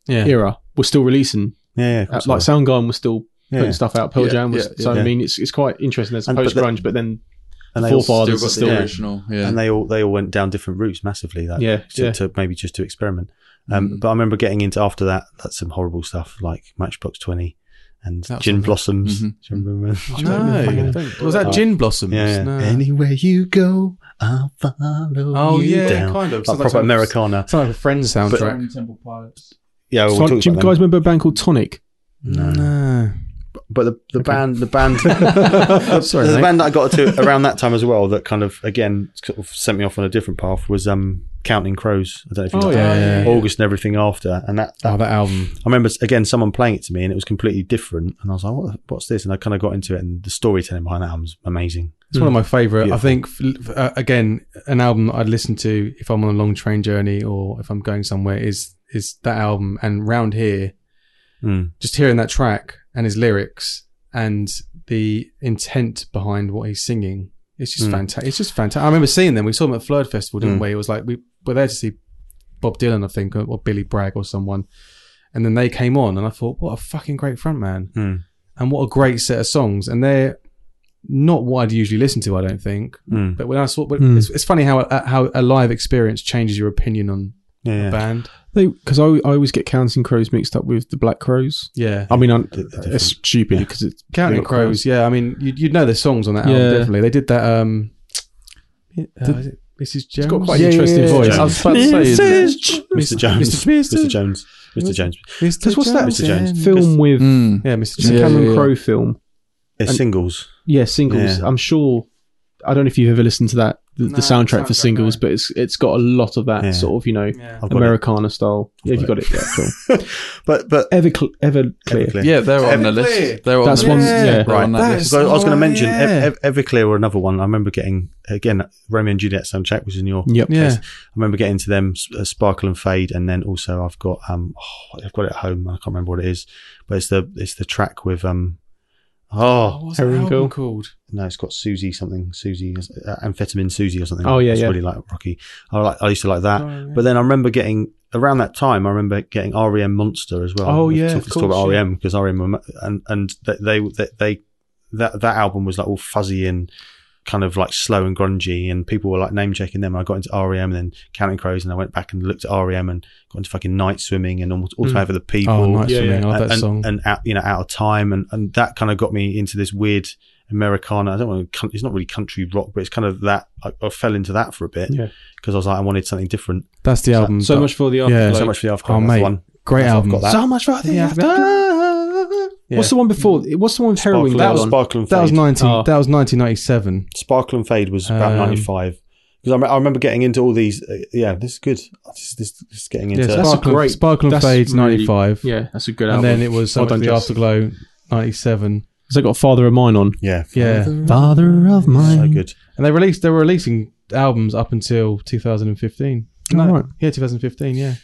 Yeah. era were still releasing. yeah, yeah, of Uh, course like it was. Soundgarden was still Yeah, putting stuff out. Pearl Yeah, Jam was. yeah, so yeah. I mean, it's it's quite interesting. There's And- but post grunge, but then and the they all forefathers are Still got still. the yeah. original. Yeah. and they all they all went down different routes massively. That Yeah, to, yeah. to maybe just to experiment. Um, Mm-hmm. Mm. But I remember getting into after that that's some horrible stuff like Matchbox Twenty and That was Gin on- Blossoms. Mhm. Do you remember? *laughs* No, Don't- was that Gin Blossoms? Yeah. No. Anywhere you go, I'll follow Oh you yeah, down. kind of Like Sounds like proper some- Americana. It's like a Friends soundtrack. Temple Pilots. Yeah, we'll Ton- talk do you about them. guys remember a band called Tonic? No. no. But the, the band, the *laughs* band, Oh, Sorry, the mate. band that I got to around that time as well, that kind of again sort of sent me off on a different path was um Counting Crows. I don't know if you Oh, know that. yeah, yeah, yeah. August and everything after, and that, that Oh, that album. I remember again someone playing it to me, and it was completely different. And I was like, what, "What's this?" And I kind of got into it, and the storytelling behind that album's amazing. It's one of my favorite. I Beautiful. think f- uh, again, an album that I'd listen to if I'm on a long train journey or if I'm going somewhere is is that album. And round here, Mm. just hearing that track and his lyrics and the intent behind what he's singing, it's just Mm. fantastic. It's just fantastic. I remember seeing them. We saw them at Flird Festival, didn't Mm. we? It was like we were there to see Bob Dylan, I think, or, or Billy Bragg or someone. And then they came on, and I thought, what a fucking great front man Mm. and what a great set of songs. And they're not what I'd usually listen to, I don't think. Mm. But when I saw, but Hmm. it's, it's funny how a, how a live experience changes your opinion on Yeah, a yeah. band. They because I, I always get Counting Crows mixed up with the Black Crows. Yeah, I mean, I, They're different. it's stupid because it's Counting they're- Crows. Yeah, I mean, you'd, you'd know their songs on that album Yeah. definitely. They did that. Um, uh, Did- is it Mrs. Jones. It's got quite an interesting voice. yeah. I was about to say, isn't it? Mrs. Mr. Jones, Mr. Mr. Jones, Mr. Jones. Mr. Because what's that Mr. Jones. film with Mm. Yeah, Mr. it's a Jones. Yeah. Cameron Crowe film? It's And- singles. Yeah, singles. Yeah. I'm sure. I don't know if you've ever listened to that the, No, the soundtrack, for soundtrack, singles, no. but it's it's got a lot of that Yeah. sort of you know Yeah. I've got it. Americana style. Yeah, if you got it, yeah, cool. But but Ever cl- ever clear. Everclear. Yeah, they're on the Everclear. list. They're on That's the one- list. yeah. They're on that Right. list. So I was going to Oh, mention yeah. Ev- Ev- Everclear were another one. I remember getting again Romeo and Juliet soundtrack was in your. Yep. Yeah. Yes. I remember getting to them S- uh, Sparkle and Fade, and then also I've got um oh, I've got it at home. I can't remember what it is, but it's the it's the track with um Oh, oh what's Herring that album Girl. called? no it's got Susie something Susie uh, amphetamine Susie or something. Oh, yeah, it's yeah. really like Rocky. I like I used to like that. Oh, yeah. But then I remember getting around that time. I remember getting REM Monster as well. Oh, We've yeah, talked- of let's talk about E course, yeah. REM because REM were ma- and and th- they they, they that that album was like all fuzzy and kind of like slow and grungy, and people were like name checking them. I got into REM and then Counting Crows, and I went back and looked at REM and got into fucking Night Swimming and almost Hmm. all for the people. oh, nice Yeah, for me. yeah. I love and, that and- song. and out, you know, out of time, and, and that kind of got me into this weird Americana. I don't want to. It's not really country rock, but it's kind of that. I, I fell into that for a bit Yeah. because I was like, I wanted something different. That's the album. So that- much for the Yeah. afterglow. So much for the Oh, Afghan that's the mate. one. great I've album. got that. So much for the Yeah. afterglow. *laughs* Yeah. What's the one before? What's the one with heroin? that was on? Sparkle and Fade. That was nineteen. Oh. That was nineteen ninety seven. Sparkle and Fade was about Um, 95. Because I, me- I remember getting into all these. Uh, yeah, this is good. This, this, this is getting into. Yeah, a Sparkle, great- Sparkle and that's Fades really- ninety five. Yeah, that's a good and album. then it was so Well much done, for the Jess. Afterglow '97. Has that got Father of Mine on? yeah, Yeah, Father of so good. and they released they were releasing albums up until 2015. No. Right. Yeah, 2015. Yeah.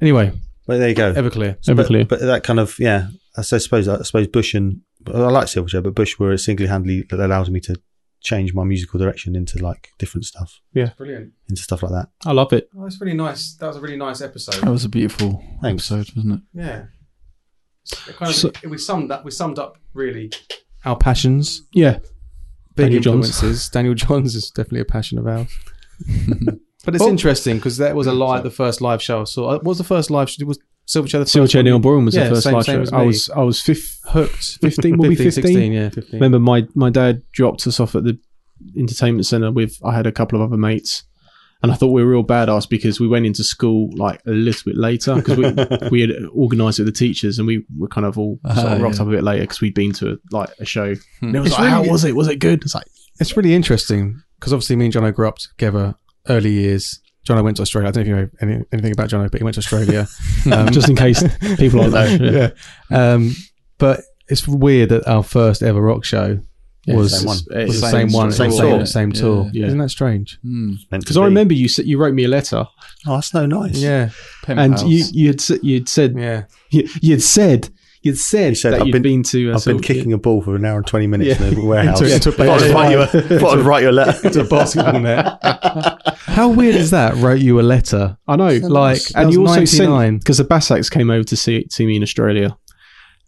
Anyway, But there you go. Everclear. So, but, Everclear. but that kind of yeah. I s- I suppose I suppose Bush and but I like Silverchair, but Bush were single-handedly that allowed me to change my musical direction into like different stuff, Brilliant. into stuff like that. I love it. Oh, that's really nice. That was a really nice episode. That was a beautiful Thanks. episode, wasn't it? Yeah. of- So- we summed up. We summed up really our passions, Yeah. big Daniel Johns. influences. *laughs* Daniel Johns is definitely a passion of ours. *laughs* but it's Oh. interesting because that *laughs* was a live the first live show I saw. Uh, What was the first live show? Was Silverchair the first Silverchair one? *laughs* Neil Bourne was Yeah, the first same- live same show. as I me. was I was fifth, *laughs* hooked? 15, will be 15. 16, yeah, 15. Remember my my dad dropped us off at the entertainment center with I had a couple of other mates. And I thought we were real badass because we went into school like a little bit later because we, we had organised it with the teachers and we were kind of all sort Ah, of rocked yeah. up a bit later because we'd been to like a show. And it was It's like, really- how was it? Was it good? It's like, It's really interesting because obviously me and Jono grew up together early years. Jono went to Australia. I don't know if you know any, anything about Jono, but he went to *laughs* Australia. Um, just in *laughs* case people aren't there. Yeah. yeah. Um, but it's weird that our first ever rock show Yeah, was same one. It's was the the same, one, same same tour. tour, same tour. Yeah. Isn't that strange? Mm. Because I remember you said you wrote me a letter, Oh, that's no nice. Yeah, Pen and pals. you you had s- you'd said yeah. you, you'd said you'd said, You said, that "I've you'd been- been, to. Uh, I've been Silver- kicking a ball for an hour and twenty minutes *laughs* Yeah. in the warehouse. Into- into a *laughs* Thought I'd write you a- *laughs* thought I'd write you a letter. It's a basketball net. *laughs* How weird is that? Wrote you a letter, I know, like, that and you was also 99. sent because the Bassacks came over to see see me in Australia,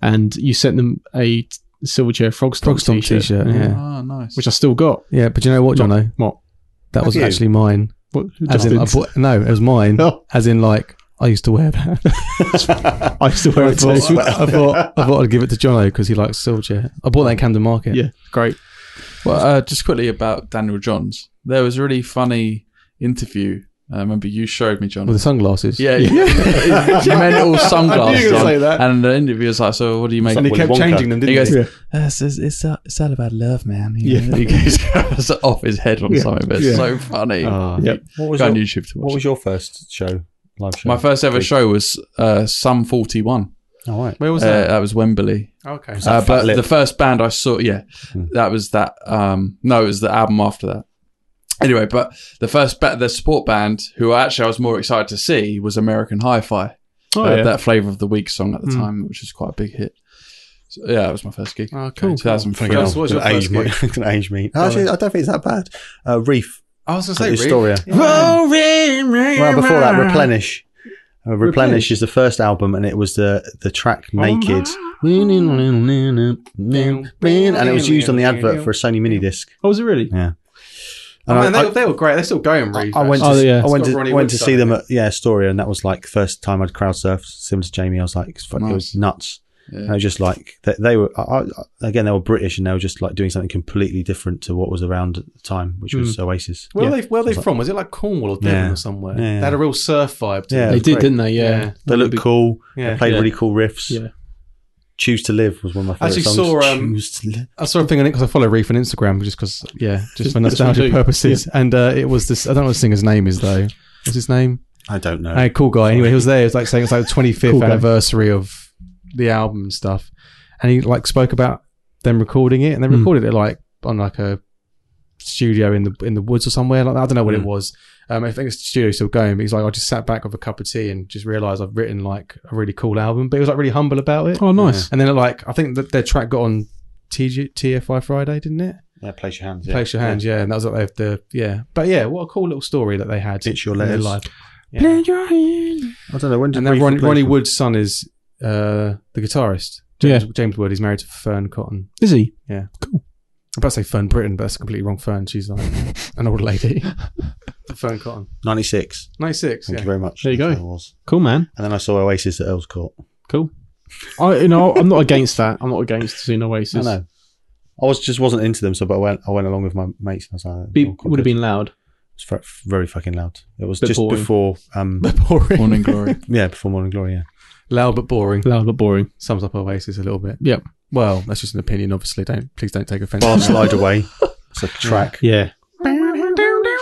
and you sent them a t- Silverchair Frog Stomp, Frog Stomp t-shirt, Mm. t-shirt, yeah. Ah, nice. which I still got. yeah. But you know what, Jono? What? That Have was you? actually mine. What? As in, I Justin's? bought, no, it was mine. Oh. As in, like I used to wear that. *laughs* I still wear I it too. thought, I, thought, I thought I'd give it to Jono because he likes Silverchair. I bought that in Camden Market. Yeah, *laughs* great. Well, uh, just quickly about Daniel Johns. There was a really funny interview I remember you showed me, John. With the sunglasses. yeah, *laughs* yeah. mental sunglasses. gonna on. say that. And the interview was like, "So, what do you make?" And he of it?" kept Willy Wonka. changing them, He didn't goes, he? "Uh, it's, it's, it's, all- it's all about love, man. You know? He goes *laughs* off his head on Yeah. something, but it's Yeah. so funny. Oh. Yep. What was Go on your, YouTube to what watch. was it. your first show? Live show. My first ever show was uh, Sum 41. Oh, right. Where was Uh, that? that was Wembley. okay. was that Uh, Fat but Lip? the first band I saw, yeah, Hmm. that was that. Um, no, it was the album after that. Anyway, but the first ba- the support band who I actually I was more excited to see was American Hi-Fi. Oh, They had yeah. That flavor of the week song at the Hmm. time, which was quite a big hit. So, yeah, that was my first gig. Okay. Cool. 2003. Gus, what was your Gonna age first me. gig? *laughs* Gonna age me. Actually, I don't think it's that bad. Uh, Reef. I was going to say, at Reef. Astoria. Well, before that, Replenish. Uh, Replenish. Replenish. is the first album, and it was the the track Oh, Naked, and it was used on the advert for a Sony mini disc. Oh, was it really? And Oh, man, I, they, they were great. They're still going, Reef. I went to Oh, yeah. I It's went got to, Ronnie went to Wood see on them it. at yeah Astoria, and that was like first time I'd crowd surfed, similar to Jamie. I was like, it's fuck- it was nuts. Yeah. And I was just like they, they were I, I, again they were British, and they were just like doing something completely different to what was around at the time, which was Hmm. Oasis. Where yeah. were they, where were Sounds they like- from? Was it like Cornwall or Devon Yeah. or somewhere? Yeah, yeah. They had a real surf vibe to Yeah. them. They was did, great. didn't they? Yeah. Yeah. They looked cool. Yeah. They played Yeah. really cool riffs. Yeah. Choose to Live was one of my Actually favorite songs. saw, um, Choose to Live. I saw a thing on it because I follow Reef on Instagram just because, yeah, just Just- for just what nostalgic you do. purposes. And uh, it was this, I don't know what the singer's name is though. What's his name? I don't know. Hey, cool guy. Anyway, he was there. He was like saying it's like the 25th Uh, Cool guy. anniversary of the album and stuff. And he like spoke about them recording it and they Mm. recorded it like on like a studio in the in the woods or somewhere like that. I don't know what it Hmm. Mm. was. Um, I think the studio's still going, but he's like, I just sat back with a cup of tea and just realized I've written like a really cool album. But he was like really humble about it. Oh, nice. And then like, I think that their track got on TG, TFI Friday, didn't it? yeah, place your hands. Place your hands, yeah. And that was like they the yeah. But yeah, what a cool little story that they had. It's your in their letters. life. Yeah. I don't know when did And then Reef Ron, play Ronnie from? Wood's son is uh, the guitarist. James, James Wood. He's married to Fern Cotton. Is he? I'm about to say Fern Britton, but that's completely wrong. Fern. She's like *laughs* an old lady. Fern Cotton. 96. 96. Thank yeah. you very much. There you That's go. what it was. Cool, man. And then I saw Oasis at Earl's Court. Cool. I, you know, I'm not against that. I'm not against seeing Oasis. I know. I was just wasn't into them, so but I went I went along with my mates and I was like, Be, oh, would have been loud. it's very, very fucking loud. It was Bit just boring. before *laughs* um But boring. Morning Glory. yeah before Morning Glory. Yeah, Loud but boring. Loud but boring. Sums up Oasis a little bit. Yep. Well, that's just an opinion, obviously. Don't please don't take offence. Bar Slide Away. It's a track. *laughs* Yeah.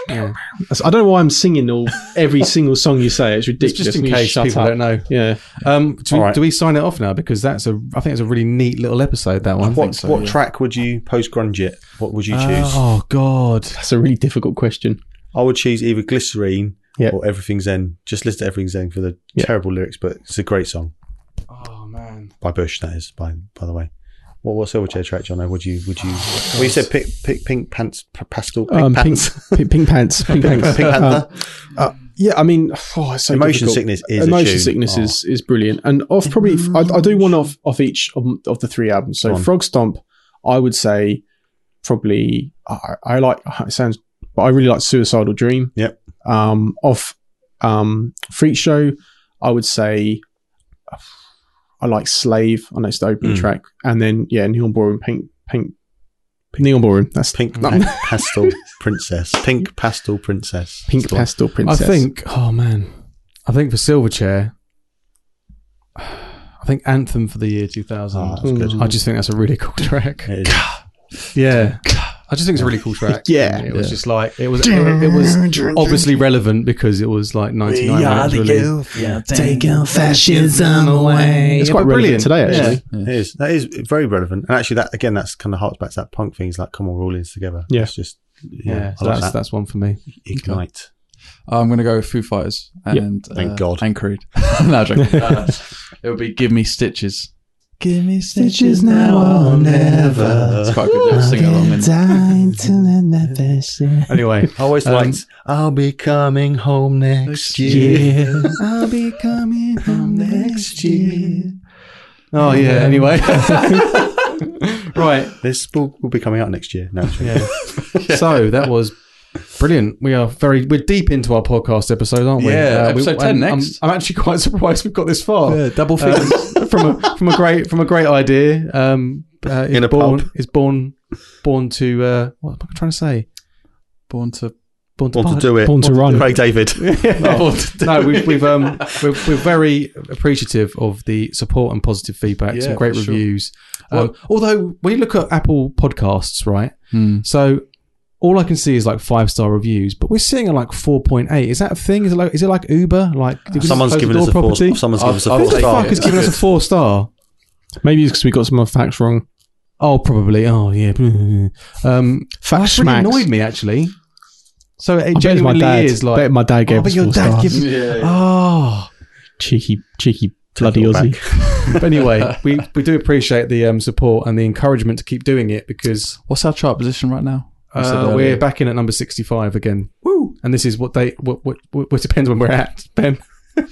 Yeah. That's- I don't know why I'm singing all every single song you say. It's It's ridiculous. just in Can you case shut people up? don't know. Yeah. Um, do, we, All right. do we sign it off now? Because that's a, I think it's a really neat little episode. That one. What what track would you post grunge it? What would you choose? Ah. Oh God. That's a really difficult question. I would choose either Glycerine Yeah. or Everything Zen. Just listen to Everything Zen for the Yeah. terrible lyrics, but it's a great song Oh man. by Bush. That is by by the way. What what Silverchair track, John? Would you would you? well, you said pick pick pink pants p- pastel pink Oh, Um, pink, pants. pink, pink pants. Pink pants. Pink Panther. *laughs* Um, uh, yeah, I mean, oh, it's so Emotion difficult. sickness is a Emotion tune. sickness Oh. is is brilliant, and off probably Mm-hmm. I, I do one off off each of, of the three albums. So Go on. Frog Stomp, I would say probably I, I like it sounds, but I really like Suicidal Dream. Yep. Um, off um Freak Show, I would say I like Slave. I know it's the opening Mm. track, and then yeah, Neon Ballroom, Pink Pink. Neon Ballroom. That's Pink No. pa- pastel *laughs* princess. Pink pastel princess. Pink That's the one. Pastel Princess. I think. Oh man. I think for Silverchair. I think Anthem for the year 2000. Ah, that's good. Mm. I just think that's a really cool *laughs* track. It is. Yeah. I just think it's a really cool *laughs* track. Yeah. It was just like it was it, it was obviously relevant because it was like 99 when it was released. yeah, Take our fascism away. it's quite but brilliant brilliant. today, actually. It is. That is very relevant. And actually, that again, that's kind of harks back to that punk thing. It's like, come on, roll this together. Yeah. It's just, yeah. Yeah, I so like that's that. that's one for me. Ignite. I'm gonna go with Foo Fighters and Thank uh, God. and Creed. *laughs* no, joking. *laughs* Uh, it'll be Give Me Stitches. Give me Stitches now or *laughs* never. It's quite a good little sing along. Time Isn't it? to end that fashion. Anyway, I always Um, liked, I'll be coming home next next year. I'll be coming home next year. Oh yeah. *laughs* Anyway, right. This book will be coming out next year. No, it's *laughs* really- So that was brilliant. We are very we're deep into our podcast episode, aren't we? Uh, Yeah, we- episode 10 and I'm- next. I'm, actually quite *laughs* surprised we've got this far. Yeah, double figures. Uh, from a from a great from a great idea. Um, uh, is In a born pub. is born born to uh, what am I trying to say? Born to Born to, Want Pi- *laughs* to do it. Born to run. Craig David. no, we've, we've um, we're, we're very appreciative of the support and positive feedback, Yeah, some great for sure. reviews. Um, although when you look at Apple Podcasts, right? Hmm. So all I can see is like five star reviews, but we're sitting at like four point eight. Is that a thing? Is it like is it like Uber? Like did we just Someone's close the given door us a four. property? Someone's I'll- given us a I'll Who four the take star. fuck has *laughs* given us a four star? Maybe it's because we got some of the facts wrong. Oh, probably. Oh, yeah. *laughs* Um, Fact that's really smacks. annoyed me actually. So it I bet it's my genuinely dad. is like. bet my dad gave oh, but us your four dad stars. gives. Oh. cheeky, cheeky, bloody it all Aussie. but *laughs* anyway, we, we do appreciate the um, support and the encouragement to keep doing it because What's our chart position right now? You said uh, earlier. we're back in at number 65 again. Woo! And this is what they, what, what, what what depends when we're at, Ben.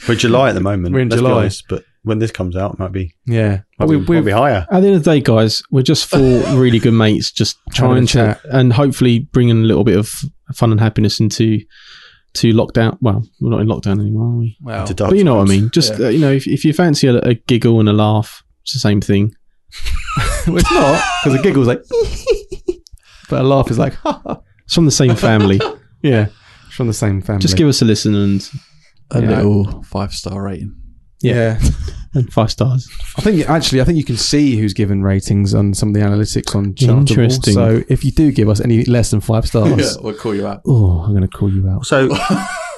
We're July at the moment. We're in let's be July. honest, but when this comes out, it might be Yeah. might, But we, be, might we're, be higher. At the end of the day, guys, we're just four *laughs* really good mates, just Having trying a to chat. and hopefully bringing a little bit of fun and happiness into to lockdown. Well, we're not in lockdown anymore, are we? Well, To dark But you know what I times. mean. Just uh, you know, if, if you fancy a, a giggle and a laugh, it's the same thing. it's not because a giggle's like, *laughs* but a laugh is like, ha, ha. It's from the same *laughs* family. yeah. It's From the same family. just give us a listen and, a Yeah. little five star rating. yeah. and five stars. I think actually, I think you can see who's given ratings on some of the analytics on Chartable. Interesting. So if you do give us any less than five stars, we'll call you out. oh, I'm going to call you out. So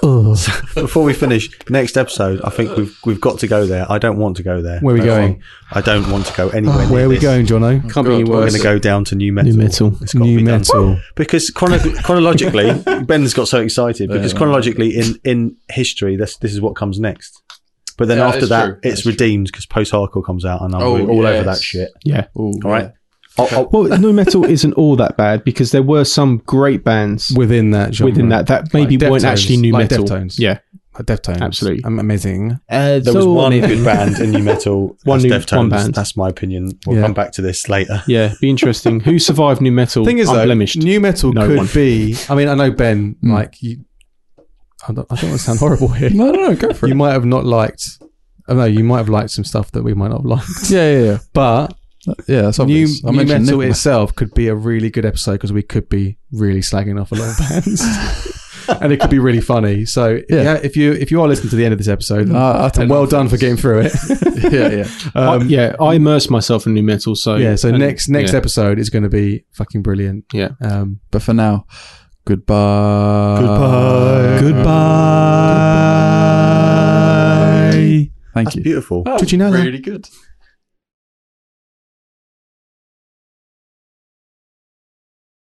Oh. *laughs* before we finish next episode, I think we've we've got to go there. I don't want to go there. Where are we No, going? I don't want to go anywhere. near Where are we this. going, Jono? Can't be any We're worse. going to go down to new metal. metal. It's gotta New be done. metal. because chrono- chronologically, *laughs* Ben's got so excited because Yeah. chronologically, in in history, this this is what comes next. But then Yeah, after it's that, true. it's It's true. redeemed because post hardcore comes out, and I'm Oh, all over yes. that shit. Yeah. Ooh, All right. I'll- I'll- Well, nu metal isn't all that bad because there were some great bands Within that genre. within that that maybe Like weren't Deftones, actually new like metal. Deftones. Yeah. Like Deftones. Absolutely. Um, amazing. there was one good band in new metal. um, *laughs* One that's new- Deftones. one band. That's my opinion. We'll Yeah. come back to this later. Yeah, be interesting. Who survived new metal? Thing is, unblemished. though, new metal No could one. be. I mean, I know Ben. Mm. Like, you, I don't, I don't want to *laughs* sound horrible here. No, no, no, go for you it. might have not liked. I know you might have liked some stuff that we might not have liked, *laughs* Yeah, yeah, yeah. *laughs* but Yeah, that's new, obvious. I new mentioned metal Enigma. itself could be a really good episode because we could be really slagging off a lot of *laughs* bands, and it could be really funny. So yeah. Mm. Yeah. if you if you are listening to the end of this episode, Uh, I'll take and well that. done for getting through *laughs* it. *laughs* yeah, yeah. I- Um, yeah, I immerse myself in new metal. So yeah. So Uh, and- next next yeah. episode is going to be fucking brilliant. Yeah. Um, But for now, goodbye. Goodbye. Goodbye. Thank That's you. beautiful. Did you know that? good.